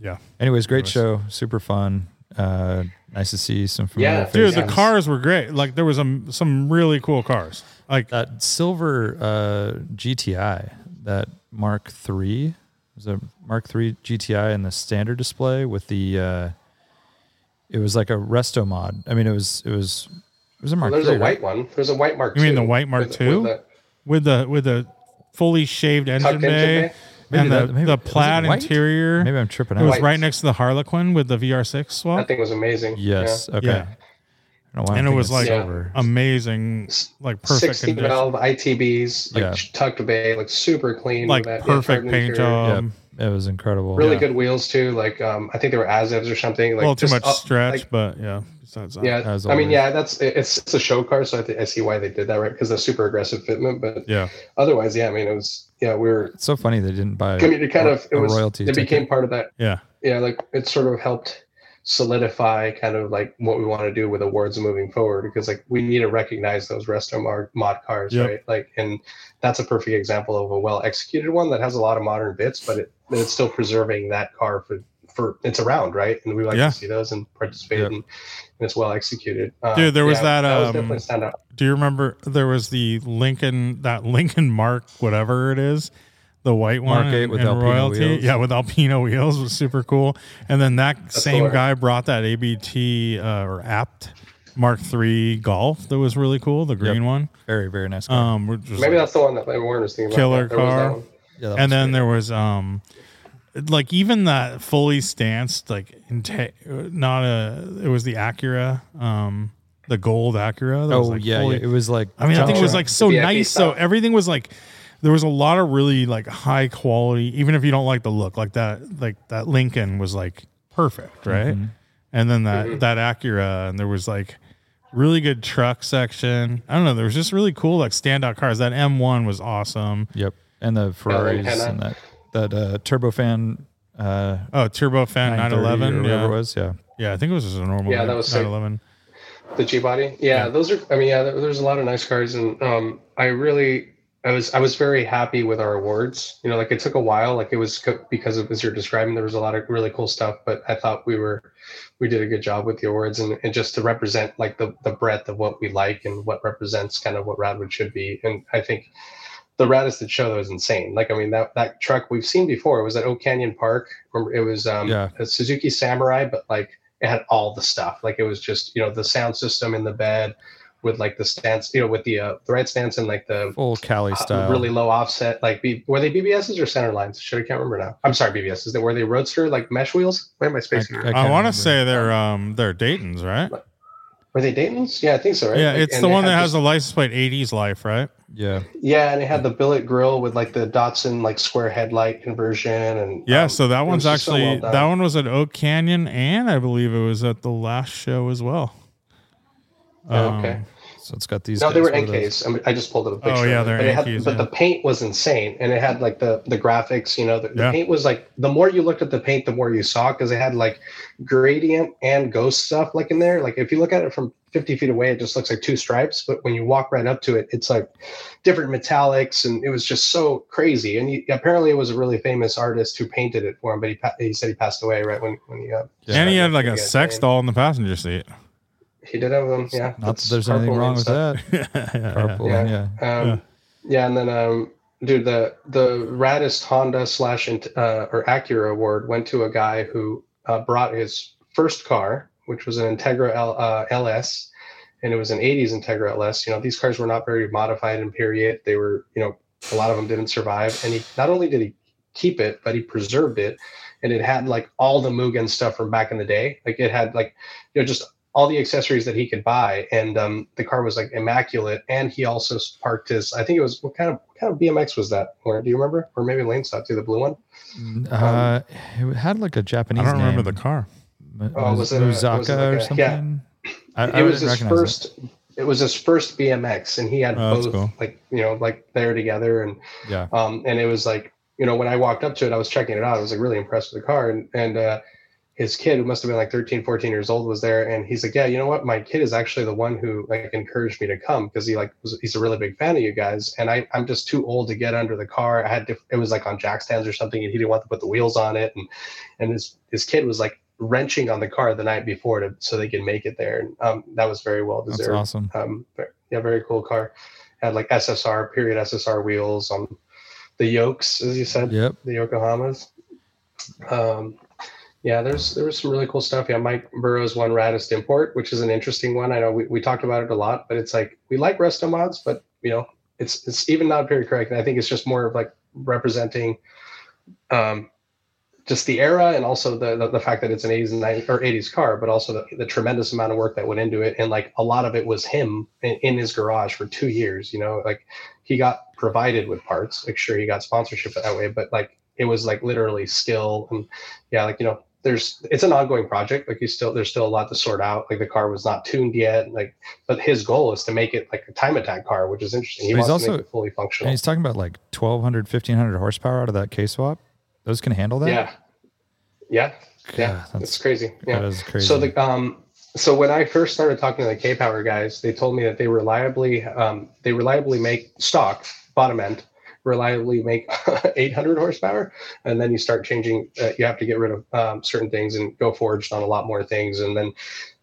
S1: yeah,
S2: Anyways, great
S1: Anyways.
S2: show. Super fun. Uh, nice to see some familiar
S3: Yeah.
S1: dude,
S2: faces.
S1: the
S3: Yes.
S1: cars were great. Like there was um, some really cool cars. Like
S2: that silver uh, GTI, that Mark III, it was a Mark III GTI in the standard display with the. Uh, it was like a resto mod. I mean, it was it was it was a Mark
S3: there's
S2: III.
S3: a
S2: right?
S3: white one. There's a white mark.
S1: You mean
S3: II
S1: the white Mark
S3: with-
S1: II?
S3: with the-
S1: with the with the fully shaved engine
S3: Tucked engine
S1: bay
S3: bay?
S2: Maybe
S1: and
S2: that-
S1: the,
S2: maybe-
S1: the
S2: was it
S1: plaid
S2: white?
S1: interior.
S2: Maybe I'm tripping
S1: It was
S2: out.
S3: White.
S1: right next to the Harlequin with the VR6
S3: That
S1: swap.
S3: thing was amazing.
S2: Yes. Okay.
S1: Yeah.
S2: I don't know why I'm
S1: And it
S2: thinking
S1: was like
S2: silver.
S1: amazing,
S3: S-
S1: like
S3: Yeah.
S1: perfect
S3: 16
S1: condition,
S3: valve ITBs, like
S2: Yeah.
S3: tucked bay, like super clean.
S1: like
S3: with that, yeah,
S1: perfect
S3: carbon
S1: paint
S3: interior.
S2: Yeah,
S1: job.
S2: it was incredible.
S3: Really
S1: Yeah.
S3: good wheels too. Like um, I think they were Azevs or something. Like
S1: well, too
S3: just
S1: much
S3: up-
S1: stretch, uh,
S3: like,
S1: but yeah, besides that.
S3: yeah,
S2: As
S3: I mean,
S2: always.
S3: yeah, that's it- it's, it's a show car, so I, think I see why they did that, right? Because the super aggressive fitment, but
S1: yeah,
S3: otherwise, yeah, I mean, it was yeah, we were.
S2: It's so funny they didn't buy.
S3: I mean, it kind
S2: a-
S3: of it
S2: a
S3: was
S2: royalty
S3: it
S2: ticket.
S3: became part of that
S1: yeah.
S3: yeah like it sort of helped solidify kind of like what we want to do with awards moving forward because like we need to recognize those resto mod, mod cars
S1: Yep.
S3: right like and that's a perfect example of a well executed one that has a lot of modern bits but it but it's still preserving that car for for it's around right and we like
S1: Yeah.
S3: to see those and participate
S2: Yeah.
S3: in and it's well executed Uh,
S1: Dude, there was that,
S3: that was
S1: um,
S3: definitely a standout
S1: Do you remember there was the Lincoln, that Lincoln Mark, whatever it is, the white one
S2: Mark eight
S1: in-
S2: with
S1: in
S2: Alpino wheels.
S1: Yeah, with Alpino wheels was super cool. And then that same
S3: hilarious.
S1: guy brought that ABT uh, or apt Mark III Golf that was really cool, the green one.
S2: very very nice. car.
S1: Um, which was
S3: maybe
S1: like-
S3: that's the one that Warren was thinking
S1: Killer
S3: about There was that
S1: car.
S3: one.
S2: Yeah, that was
S1: and then
S2: great.
S1: there was um like even that fully stanced like inte- not a it was the Acura um the gold Acura that was
S2: oh
S1: like
S2: yeah,
S1: fully-
S2: yeah, it was like.
S1: I mean, I think it was like so
S3: The VIP
S1: nice. So
S3: stuff.
S1: everything was like there was a lot of really like high quality, even if you don't like the look, like that like that Lincoln was like perfect, right?
S2: Mm-hmm.
S1: And then that
S3: Mm-hmm.
S1: that Acura, and there was like really good truck section. I don't know, there was just really cool like standout cars. That M1 was awesome.
S2: Yep, and the Ferraris
S3: antenna.
S2: and that that uh, turbofan uh,
S1: Oh, turbofan
S2: 911 or whatever
S1: 911,
S2: it
S1: yeah.
S2: was. Yeah,
S1: yeah, I think it was just a normal.
S3: Yeah, that was sick.
S1: 911.
S3: the G body. Yeah,
S1: Yeah.
S3: those are. I mean, yeah, there- there's a lot of nice cars, and um, I really, I was, I was very happy with our awards. You know, like it took a while. Like it was co- because of as you're describing, there was a lot of really cool stuff. But I thought we were, we did a good job with the awards, and, and just to represent like the the breadth of what we like and what represents kind of what Radwood should be. And I think the Radisson show that was insane. Like I mean, that that truck we've seen before. It was at Oak Canyon Park. Remember, it was um,
S2: Yeah.
S3: a Suzuki Samurai, but like it had all the stuff. Like it was just you know the sound system in the bed with like the stance, you know, with the uh, the right stance and like the
S2: full Cali
S3: uh,
S2: style.
S3: really low offset. Like B- were they BBSs or center lines? Should I can't remember now. I'm sorry, BBSs. They- Were they roadster like mesh wheels? Where am I spacing?
S2: I
S3: out?
S1: I
S2: can't
S1: want
S2: remember.
S1: to say they're um they're Dayton's, right?
S3: were they Dayton's? Yeah, I think so. Right.
S1: Yeah,
S3: Like,
S1: it's
S3: and
S1: the
S3: it
S1: one
S3: had
S1: that
S3: this-
S1: has the license plate 80s life, right?
S2: yeah,
S3: Yeah, and it had the billet grill with like the Datsun like square headlight conversion and
S1: Yeah,
S3: um,
S1: so that
S3: it
S1: one's
S3: was just so well
S1: actually
S3: done.
S1: that one was at Oak Canyon, and I believe it was at the last show as well. Um,
S3: Oh, okay.
S2: so it's got these.
S3: No, they
S2: guys,
S3: were
S2: what are those?
S3: NKs. I, mean, I just pulled up a
S1: Oh,
S3: picture.
S1: yeah,
S3: of it.
S1: they're
S3: but it had-
S1: NKs,
S3: But
S1: yeah.
S3: the paint was insane, and it had like the the graphics. You know, the,
S1: Yeah.
S3: the paint was like the more you looked at the paint, the more you saw because it had like gradient and ghost stuff like in there. Like if you look at it from fifty feet away, it just looks like two stripes. But when you walk right up to it, it's like different metallics, and it was just so crazy. And he, apparently, it was a really famous artist who painted it for him. But he pa- he said he passed away right when when he uh,
S2: Yeah.
S1: and he had
S3: started
S1: like a
S3: to get
S1: sex
S3: fame.
S1: doll in the passenger seat.
S3: He did have them. Yeah.
S2: Not that
S3: that's
S2: there's anything
S3: carpooling
S2: wrong
S3: and
S2: with
S3: stuff.
S2: that. Carpooling,
S3: Yeah.
S2: yeah.
S3: Um, yeah. and then um, dude, the the raddest Honda slash uh, or Acura award went to a guy who uh, brought his first car, which was an Integra L, uh, LS, and it was an '80s Integra LS. You know, these cars were not very modified in period. They were, you know, a lot of them didn't survive. And he not only did he keep it, but he preserved it, and it had like all the Mugen stuff from back in the day. Like it had like, you know, just all the accessories that he could buy, and um, the car was like immaculate. And he also parked his. I think it was what kind of what kind of BMX was that? Or do you remember? Or maybe Lane stopped to the blue one. Um,
S2: Uh, it had like a Japanese.
S1: I don't remember
S2: name.
S1: the car.
S2: M-
S3: Oh, was it a- was it
S2: Muzaka
S3: like
S2: or
S3: a- yeah.
S2: something? I, I
S3: it was
S2: didn't
S3: his
S2: recognize it.
S3: first. It. was his first BMX, and he had
S1: Oh, that's
S3: both
S1: cool.
S3: like you know like they were together, and
S2: Yeah.
S3: um, and it was like you know when I walked up to it, I was checking it out. I was like really impressed with the car, and and uh, his kid who must have been like 13, 14 years old was there, and he's like, yeah, you know what, my kid is actually the one who like encouraged me to come because he like was, he's a really big fan of you guys, and I I'm just too old to get under the car. I had diff- it was like on jack stands or something, and he didn't want to put the wheels on it, and and his his kid was like wrenching on the car the night before to so they could make it there, and um, that was very well
S2: That's
S3: deserved
S2: awesome.
S3: um ve- yeah very cool car had like ssr period ssr wheels on the yokes as you said
S2: Yep.
S3: the yokohamas um yeah there's there was some really cool stuff yeah mike burrows one raddest import which is an interesting one i know we, we talked about it a lot but it's like we like resto mods but you know it's it's even not very correct and i think it's just more of like representing um just the era and also the, the, the fact that it's an 80s and 90s, or 80s car, but also the, the tremendous amount of work that went into it. And like a lot of it was him in, in his garage for two years, you know, like he got provided with parts. Like sure he got sponsorship that way, but like it was like literally skill and yeah, like you know, there's it's an ongoing project. Like you still there's still a lot to sort out. Like the car was not tuned yet. Like but his goal is to make it like a time attack car, which is interesting. He
S2: But he's
S3: wants to
S2: also-
S3: make it fully
S2: And
S3: functional.
S2: he's talking about like 1,200, 1,500 horsepower out of that K swap. Those can handle that.
S3: Yeah. Yeah.
S2: God,
S3: Yeah.
S2: that's,
S3: That's crazy. Yeah.
S2: that is crazy.
S3: So the um, so when I first started talking to the K Power guys, they told me that they reliably um, they reliably make stock bottom end reliably make 800 horsepower and then you start changing uh, you have to get rid of um, certain things and go forged on a lot more things and then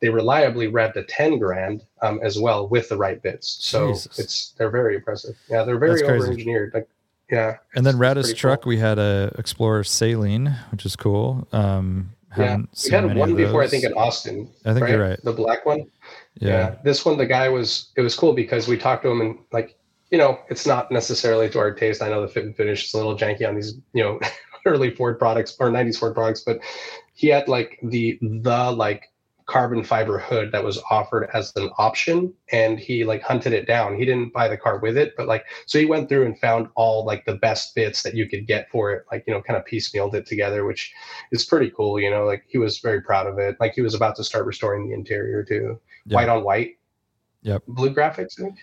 S3: they reliably rev to 10 grand um, as well with the right bits so
S2: Jesus.
S3: it's they're very impressive yeah they're very
S2: That's crazy.
S3: over engineered like yeah
S2: and then Radis
S3: pretty
S2: truck,
S3: cool.
S2: we had a Explorer Saline, which is cool. Um,
S3: yeah
S2: haven't
S3: we
S2: seen
S3: had
S2: many
S3: one
S2: of
S3: before i
S2: those.
S3: think in austin
S2: I think you're right.
S3: the black one
S2: Yeah.
S3: This one, the guy was, it was cool because we talked to him and like, you know, it's not necessarily to our taste. I know the fit and finish is a little janky on these, you know, early Ford products or 90s Ford products, but he had like the, the like carbon fiber hood that was offered as an option and he like hunted it down. He didn't buy the car with it, but like, so he went through and found all like the best bits that you could get for it, like, you know, kind of piecemealed it together, which is pretty cool. You know, like he was very proud of it. Like he was about to start restoring the interior too
S2: Yeah.
S3: white on white.
S2: Yep.
S3: Blue graphics, I think.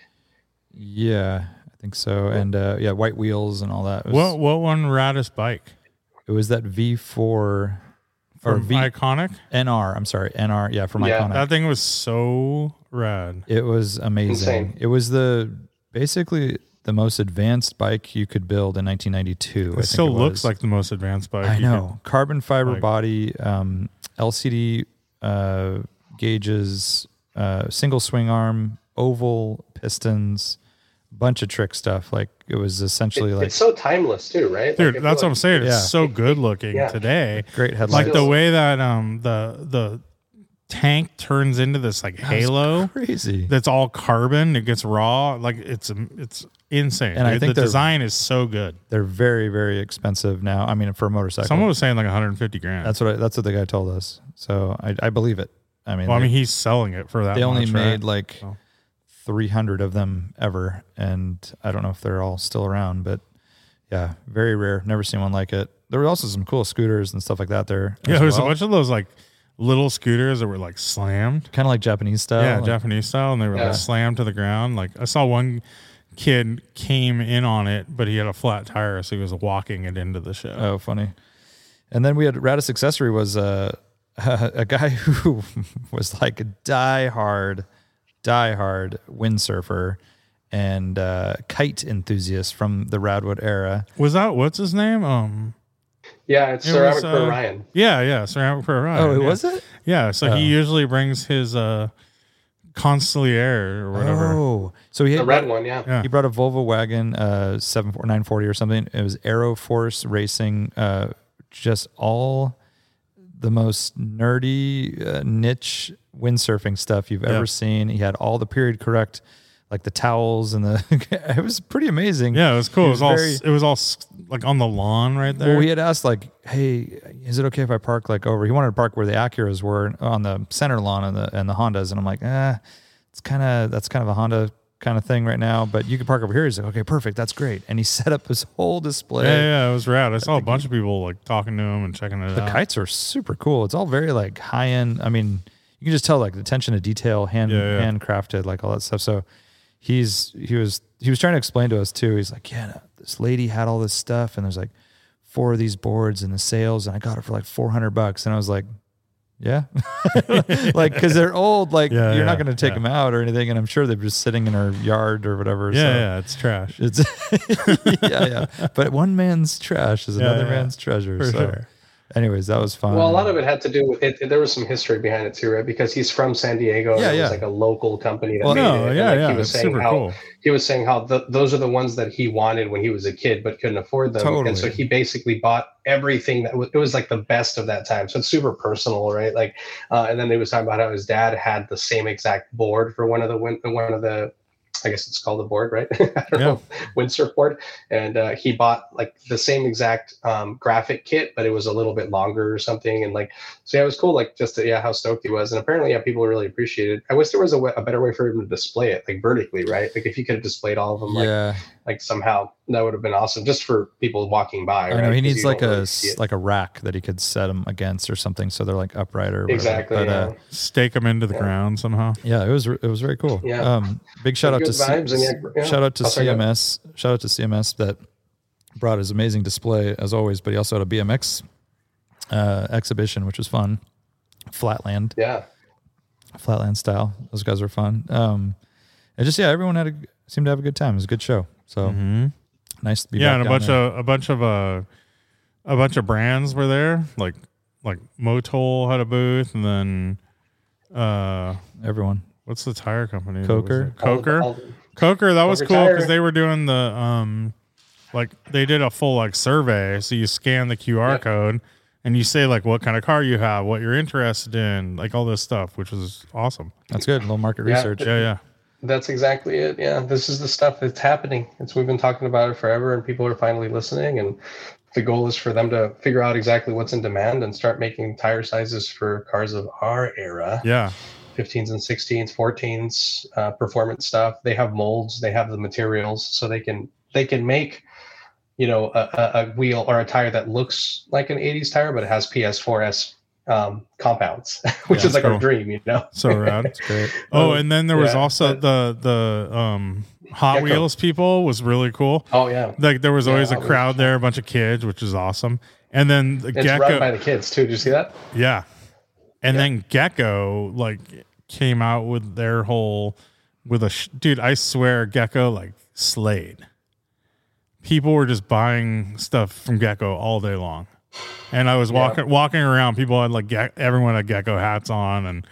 S2: Yeah. I think so. And uh, yeah, white wheels and all that. It was,
S1: What what one raddest bike?
S2: it was that V4 or
S1: From
S2: V
S1: Iconic?
S2: NR. I'm sorry. NR. Yeah. From
S3: Yeah.
S2: Iconic.
S1: That thing was so rad.
S2: It was amazing.
S3: Insane.
S2: It was the basically the most advanced bike you could build in 1992. I
S1: It
S2: think
S1: still
S2: it
S1: looks
S2: was.
S1: like the most advanced bike.
S2: I
S1: you could-
S2: know carbon fiber
S1: like-
S2: body, um, LCD uh, gauges, uh, single swing arm, oval pistons, bunch of trick stuff. Like it was essentially
S3: It-
S2: like
S3: it's so timeless too, right?
S1: Dude,
S3: Like, I feel
S1: that's what I'm
S3: like-
S1: saying. It's
S2: Yeah.
S1: so good looking
S3: Yeah.
S1: today.
S2: great headlight.
S1: Like the way that um the the tank turns into this like
S2: That was
S1: halo
S2: crazy.
S1: that's all carbon. It gets raw. Like it's um, it's insane.
S2: And I
S1: Dude,
S2: think
S1: the
S2: they're-
S1: design is so good.
S2: They're very very expensive now. I mean, for a motorcycle,
S1: Someone was saying like 150 grand.
S2: that's what I, that's what the guy told us. So I, I believe it. I mean,
S1: well, I
S2: they-
S1: mean, he's selling it for that. Oh.
S2: they only
S1: much, right?
S2: made like
S1: So.
S2: 300 of them ever and i don't know if they're all still around but yeah very rare never seen one like it there were also some cool scooters and stuff like that there
S1: yeah. There's
S2: well.
S1: a bunch of those like little scooters that were like slammed.
S2: kind of like japanese style
S1: yeah,
S2: like-
S1: Japanese style, and they were
S3: Yeah.
S1: like slammed to the ground. Like I saw one kid came in on it, but he had a flat tire, so he was walking it into the show.
S2: oh funny and then we had radis accessory was uh, a guy who was like a die hard die hard windsurfer and uh, kite enthusiast from the radwood era
S1: was that what's his name? Um,
S3: Yeah, it's
S1: It
S3: ceramic
S1: was,
S3: for
S1: uh,
S3: Ryan.
S1: yeah, yeah, ceramic for a ride.
S2: oh it
S1: yeah.
S2: was it
S1: Yeah, so
S2: Oh.
S1: he usually brings his uh Consigliere or whatever.
S2: Oh, so he
S3: The
S2: had
S3: red one, yeah.
S1: Yeah.
S2: He brought a Volvo wagon, uh, seven four nine forty or something. It was Aero Force Racing, uh, just all the most nerdy uh, niche windsurfing stuff you've ever
S1: Yeah.
S2: seen. He had all the period correct, like the towels and the. it was pretty amazing.
S1: Yeah, it was cool.
S2: He
S1: It
S2: was
S1: was all
S2: very-
S1: it was all s- like on the lawn right there.
S2: Well, he had asked like, "Hey, is it okay if I park like over?" He wanted to park where the Acuras were on the center lawn and the and the Hondas, and I'm like, "Eh, it's kind of that's kind of a Honda kind of thing right now, but you can park over here." He's like, "Okay, perfect, that's great," and he set up his whole display.
S1: yeah, yeah, it was rad. I saw a bunch of people like talking to him and checking it
S2: The
S1: out.
S2: kites are super cool. It's all very like high end. I mean, you can just tell like the attention to detail, hand
S1: Yeah, yeah.
S2: handcrafted, like all that stuff. So he's he was he was trying to explain to us too. He's like, yeah, no, this lady had all this stuff, and there's like four of these boards and the sales, and I got it for like four hundred bucks, and I was like. Yeah, like because they're old. Like
S1: Yeah,
S2: you're not
S1: yeah,
S2: going to take
S1: yeah.
S2: them out or anything, and I'm sure they're just sitting in her yard or whatever.
S1: yeah,
S2: so.
S1: yeah, it's trash.
S2: It's yeah, yeah. But one man's trash is
S1: Yeah,
S2: another
S1: yeah,
S2: man's treasure.
S1: for
S2: so,
S1: sure.
S2: anyways, that was fun.
S3: Well, a lot of it had to do with it. There was some history behind it too, right? Because he's from San Diego. and
S2: Yeah,
S3: it
S2: yeah.
S3: was like a local company that
S2: Well,
S3: made it.
S1: no,
S3: and,
S1: yeah,
S3: like,
S1: yeah,
S3: He was
S1: it's
S3: saying
S1: super
S3: how
S1: cool.
S3: he was saying how th those are the ones that he wanted when he was a kid but couldn't afford them
S2: Totally.
S3: and so he basically bought everything that was it was like the best of that time so it's super personal right like uh, and then they was talking about how his dad had the same exact board for one of the win- one of the I guess it's called a board, right? I don't know, windsurf board. And uh, he bought like the same exact um, graphic kit, but it was a little bit longer or something. And like, so yeah, it was cool. Like just uh, yeah, how stoked he was. And apparently, yeah, people really appreciated. it. I wish there was a, wa- a better way for him to display it, like vertically, right? Like if he could have displayed all of them, like,
S2: yeah,
S3: like somehow that would have been awesome, just for people walking
S2: I
S3: by. right?
S2: know
S3: 'Cause
S2: he
S3: you
S2: needs
S3: don't
S2: like a
S3: really
S2: s-
S3: see it.
S2: like a rack that he could set them against or something, so they're like upright or whatever.
S3: exactly.
S2: But,
S3: yeah.
S2: uh,
S1: Stake them into the
S3: Yeah.
S1: ground somehow.
S2: yeah, it was it was very cool.
S3: Yeah.
S2: Um, big shout out
S3: Good
S2: to C-
S3: vibes and yeah, yeah.
S2: shout out to
S3: I'll check it out.
S2: CMS. Shout out to CMS that brought his amazing display as always. But he also had a BMX uh, exhibition, which was fun. Flatland.
S3: yeah.
S2: flatland style. Those guys were fun. Um, and just yeah, everyone had a, seemed to have a good time. It was a good show. So
S3: Mhm.
S1: Mm-hmm.
S2: nice to be
S1: yeah,
S2: back
S1: and a
S2: down
S1: bunch
S2: there.
S1: of a bunch of uh, a bunch of brands were there. Like like Motol had a booth, and then uh,
S2: everyone.
S1: what's the tire company? that was
S2: Coker?
S1: there?
S3: All the-
S1: Coker,
S3: uh, all the-
S1: Coker, that was
S3: Coker
S1: cool because
S3: Tire.
S1: they were doing the um, like they did a full like survey. So you scan the QR
S3: Yep.
S1: code and you say like what kind of car you have, what you're interested in, like all this stuff, which was awesome.
S2: That's good. A little market
S3: Yeah.
S2: research.
S1: Yeah, yeah,
S3: That's exactly it. Yeah, this is the stuff that's happening. It's we've been talking about it forever, and people are finally listening. And the goal is for them to figure out exactly what's in demand and start making tire sizes for cars of our era,
S1: yeah.
S3: 15s and 16s, 14s, uh, performance stuff. They have molds, they have the materials, so they can they can make, you know, a, a, a wheel or a tire that looks like an 80s tire, but it has PS4S um, compounds, which
S1: Yeah,
S3: is like
S1: cool.
S3: our dream, you know.
S1: So rad.
S2: It's great.
S1: Oh, and then there was
S3: yeah,
S1: also
S3: but-
S1: the the um Hot
S3: Gecko.
S1: Wheels people was really cool.
S3: Oh yeah.
S1: Like there was
S3: Yeah,
S1: always a
S3: Hot Wheels.
S1: crowd there, a bunch of kids, which is awesome. And then the
S3: It's run
S1: Gecko,
S3: by the kids too. Did you see that?
S1: yeah. And then Gecko like came out with their whole with a sh- dude. I swear, Gecko like slayed. People were just buying stuff from Gecko all day long, and I was
S3: Yeah.
S1: walking walking around. People had like Ge- everyone had Gecko hats on, and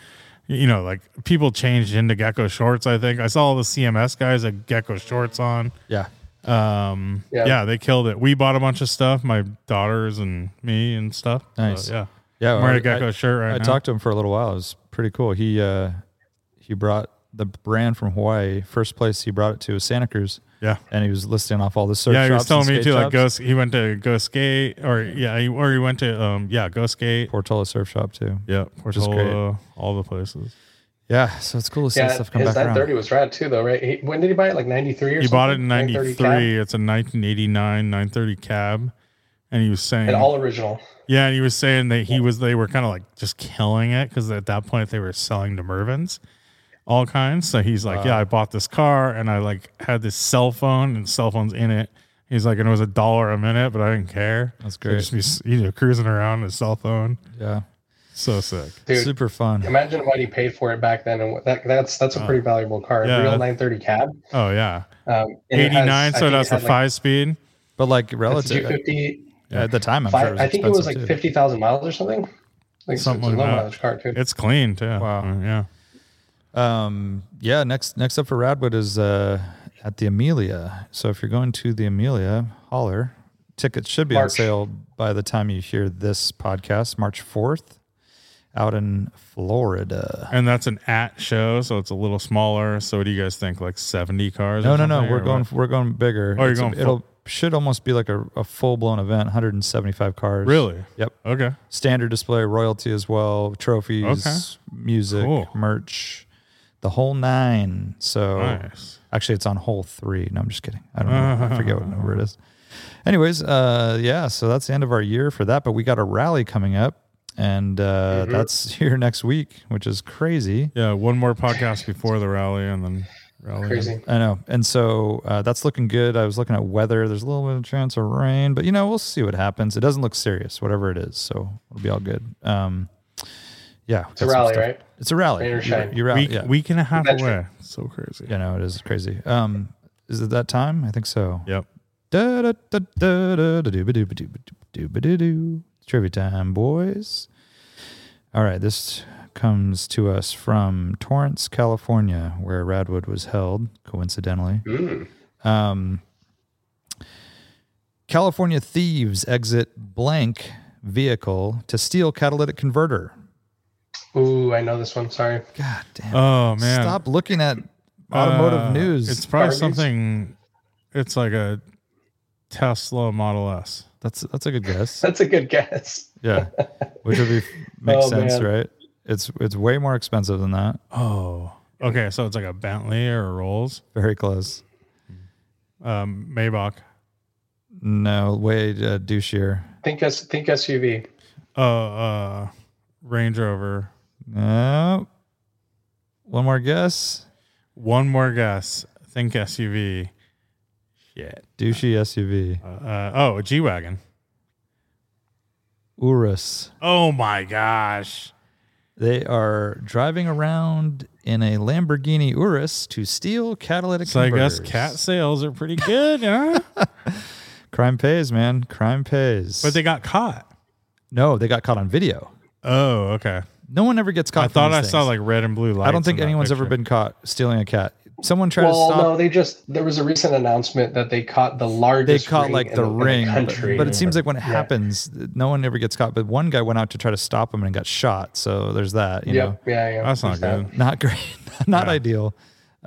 S1: you know, like people changed into Gecko shorts. I think I saw all the CMS guys had Gecko shorts on.
S2: Yeah.
S1: Um, yeah.
S3: Yeah.
S1: they killed it. We bought a bunch of stuff, my daughters and me and stuff. So,
S2: Nice.
S1: yeah.
S2: Yeah.
S1: I'm
S2: well,
S1: wearing a
S2: Uh, I-
S1: gecko shirt right
S2: I
S1: now.
S2: talked to him for a little while. It was pretty cool. He uh, he brought the brand from Hawaii. First place he brought it to was Santa Cruz,
S1: yeah.
S2: and he was listing off all the surf
S1: Yeah, he
S2: shops.
S1: was telling
S2: and
S1: me
S2: skate
S1: too. Like,
S2: shops.
S1: go. He went to go skate, or yeah, he, or he went to um, yeah, go skate.
S2: Portola Surf Shop too.
S1: Yeah,
S2: is great.
S1: Portola, all the places.
S2: Yeah, so it's cool to see
S3: Yeah,
S2: that stuff come
S3: his
S2: back around.
S3: 930 was rad too, though, right? He, when did he buy it? Like 93 or
S1: He
S3: something?
S1: bought it in
S3: 930
S1: '93.
S3: cab?
S1: It's a 1989 930 cab, and he was saying,
S3: And all original.
S1: yeah, and he was saying that he was they were kind of like just killing it because at that point they were selling to Mervins, all kinds. So he's like,
S2: Wow.
S1: yeah, I bought this car and I like had this cell phone and cell phones in it. He's like, and it was a dollar a minute, but I didn't care.
S2: That's
S1: So I'd
S2: great.
S1: just be s- you know cruising around with a cell phone.
S2: yeah,
S1: So sick.
S3: Dude,
S2: super fun.
S3: imagine what he paid for it back then. And what that, that's that's a
S1: Oh.
S3: pretty valuable car.
S1: Yeah,
S3: a real
S1: that-
S3: 930 cab.
S1: Oh yeah,
S3: Um, and it has-
S1: eighty nine.
S3: I
S1: So
S3: think
S1: that's
S3: it
S1: the
S3: had, like,
S1: five speed.
S2: But like
S3: it's
S2: relative
S3: 250,
S2: at the time, I'm sure it
S3: five,
S2: was
S3: I think it was like
S2: expensive, too.
S3: 50,000 miles or something. Like,
S1: Something
S3: it's a
S1: like
S3: low
S1: that.
S3: mileage car, too.
S1: It's clean too.
S2: Wow.
S1: Uh, Yeah.
S2: Um, yeah, next next up for Radwood is uh, at the Amelia. So if you're going to the Amelia, holler. Tickets should be on
S3: March.
S2: sale by the time you hear this podcast, March 4th, out in Florida.
S1: And that's an at show, so it's a little smaller. So what do you guys think? Like seventy cars?
S2: No,
S1: or
S2: no, no.
S1: something,
S2: We're
S1: or
S2: going
S1: what?
S2: we're going bigger.
S1: Oh, you're
S2: It's-
S1: going full-
S2: it'll should almost be like a, a full blown event, 175 cars.
S1: Really?
S2: Yep.
S1: Okay.
S2: standard display royalty as well trophies music
S1: Cool.
S2: merch the whole nine so
S1: Nice.
S2: actually it's on hole three no i'm just kidding i don't know i forget what number it is anyways uh yeah so that's the end of our year for that but we got a rally coming up and uh
S3: Mm-hmm.
S2: that's here next week which is crazy
S1: Yeah, one more podcast before the rally, and then rally.
S3: Crazy.
S2: I know. And so uh, that's looking good. I was looking at weather. There's a little bit of chance of rain, but you know, we'll see what happens. It doesn't look serious, whatever it is. So it'll be all good. Um, yeah. It's
S3: a rally, right?
S2: It's a rally.
S3: Rain or
S2: You-
S3: shine.
S2: You rally.
S1: Week,
S2: Yeah.
S1: week and a half
S3: That's
S1: away. So crazy.
S2: You know, it is crazy. Um, is it that time? I think so.
S1: Yep.
S2: Da, da, da, da, da, da, doo, ba, doo, ba, doo, ba, doo, ba, doo, doo. It's Trivia time, boys. All right, this comes to us from Torrance, California, where Radwood was held, coincidentally.
S3: Mm.
S2: Um, California thieves exit blank vehicle to steal catalytic converter.
S3: Ooh, I know this one. Sorry.
S2: God damn.
S1: Oh man.
S2: Stop looking at automotive
S1: Uh,
S2: news.
S1: It's probably
S3: Car news?
S1: something. It's like a Tesla Model S.
S2: that's that's a good guess.
S3: That's a good guess.
S2: Yeah. Which would be makes
S3: Oh,
S2: sense,
S3: man.
S2: right? It's it's way more expensive than that.
S1: Oh. Okay, so it's like a Bentley or a Rolls,
S2: Very close.
S1: um, Maybach.
S2: No, way uh, douchier.
S3: Think S- think SUV.
S1: Oh, uh, Range Rover.
S2: No. One more guess.
S1: One more guess. Think SUV. Shit.
S2: Douchey SUV.
S1: Uh, uh, oh, a G wagon.
S2: Urus.
S1: Oh my gosh.
S2: They are driving around in a Lamborghini Urus to steal catalytic
S1: So I guess
S2: converters.
S1: cat sales are pretty good, huh?
S2: Crime pays, man. Crime pays.
S1: but they got caught.
S2: no, they got caught on video.
S1: Oh, okay.
S2: No one ever gets caught.
S1: I
S2: for
S1: thought
S2: these
S1: I saw
S2: things.
S1: like red and blue lights.
S2: I don't think
S1: in that
S2: anyone's ever
S1: picture.
S2: been caught stealing a cat. Someone tried
S3: Well,
S2: to stop.
S3: no, they just there was a recent announcement that they caught the
S2: they
S3: largest.
S2: caught
S3: ring
S2: like
S3: in
S2: the
S3: in
S2: ring, but-
S3: country.
S2: but, it seems like when it happens, no one ever gets caught. But one guy went out to try to stop him and got shot. So there's that. You
S3: Yep.
S2: know,
S3: Yeah, yeah.
S1: That's
S3: There's
S1: not
S3: that.
S1: good.
S2: not great, not
S1: Yeah.
S2: ideal.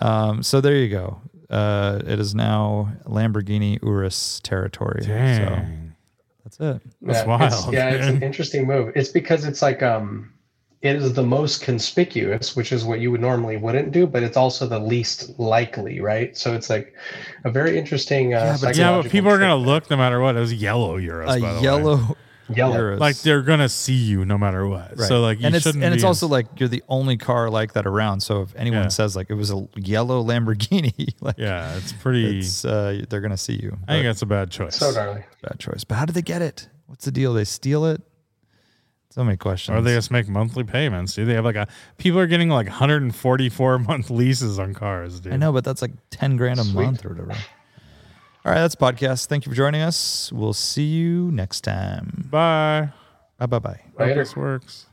S2: Um, so there you go. Uh, it is now Lamborghini Urus territory. So
S1: Dang.
S2: that's it.
S1: That's
S3: yeah, it's-
S1: wild,
S3: yeah, it's an
S1: man.
S3: interesting move. It's because it's like um it is the most conspicuous, which is what you would normally wouldn't do, but it's also the least likely, right? So it's like a very interesting uh,
S2: Yeah, but-
S1: yeah, but
S3: psychological
S1: people are
S3: trick.
S1: gonna look no matter what. It was yellow Urus. by the
S2: A
S1: way.
S2: yellow
S3: yellow.
S2: Urus.
S1: Like they're gonna see you no matter what.
S2: Right.
S1: So like you
S2: and it's
S1: shouldn't.
S2: and it's
S1: be-
S2: also like you're the only car like that around. So if anyone
S1: Yeah.
S2: says like it was a yellow Lamborghini, like
S1: yeah, it's pretty.
S2: it's uh, they're gonna see you.
S1: I think that's a bad choice.
S3: So gnarly.
S2: Bad choice. But how did they get it? What's the deal? They steal it? So many questions.
S1: Or they just make monthly payments, dude. They have like a people are getting like 144 month leases on cars, dude.
S2: I know, but that's like ten grand a
S3: Sweet.
S2: month or whatever. All right, that's podcast. Thank you for joining us. We'll see you next time.
S1: Bye.
S2: Bye bye bye.
S1: Hope
S3: Later.
S1: this works.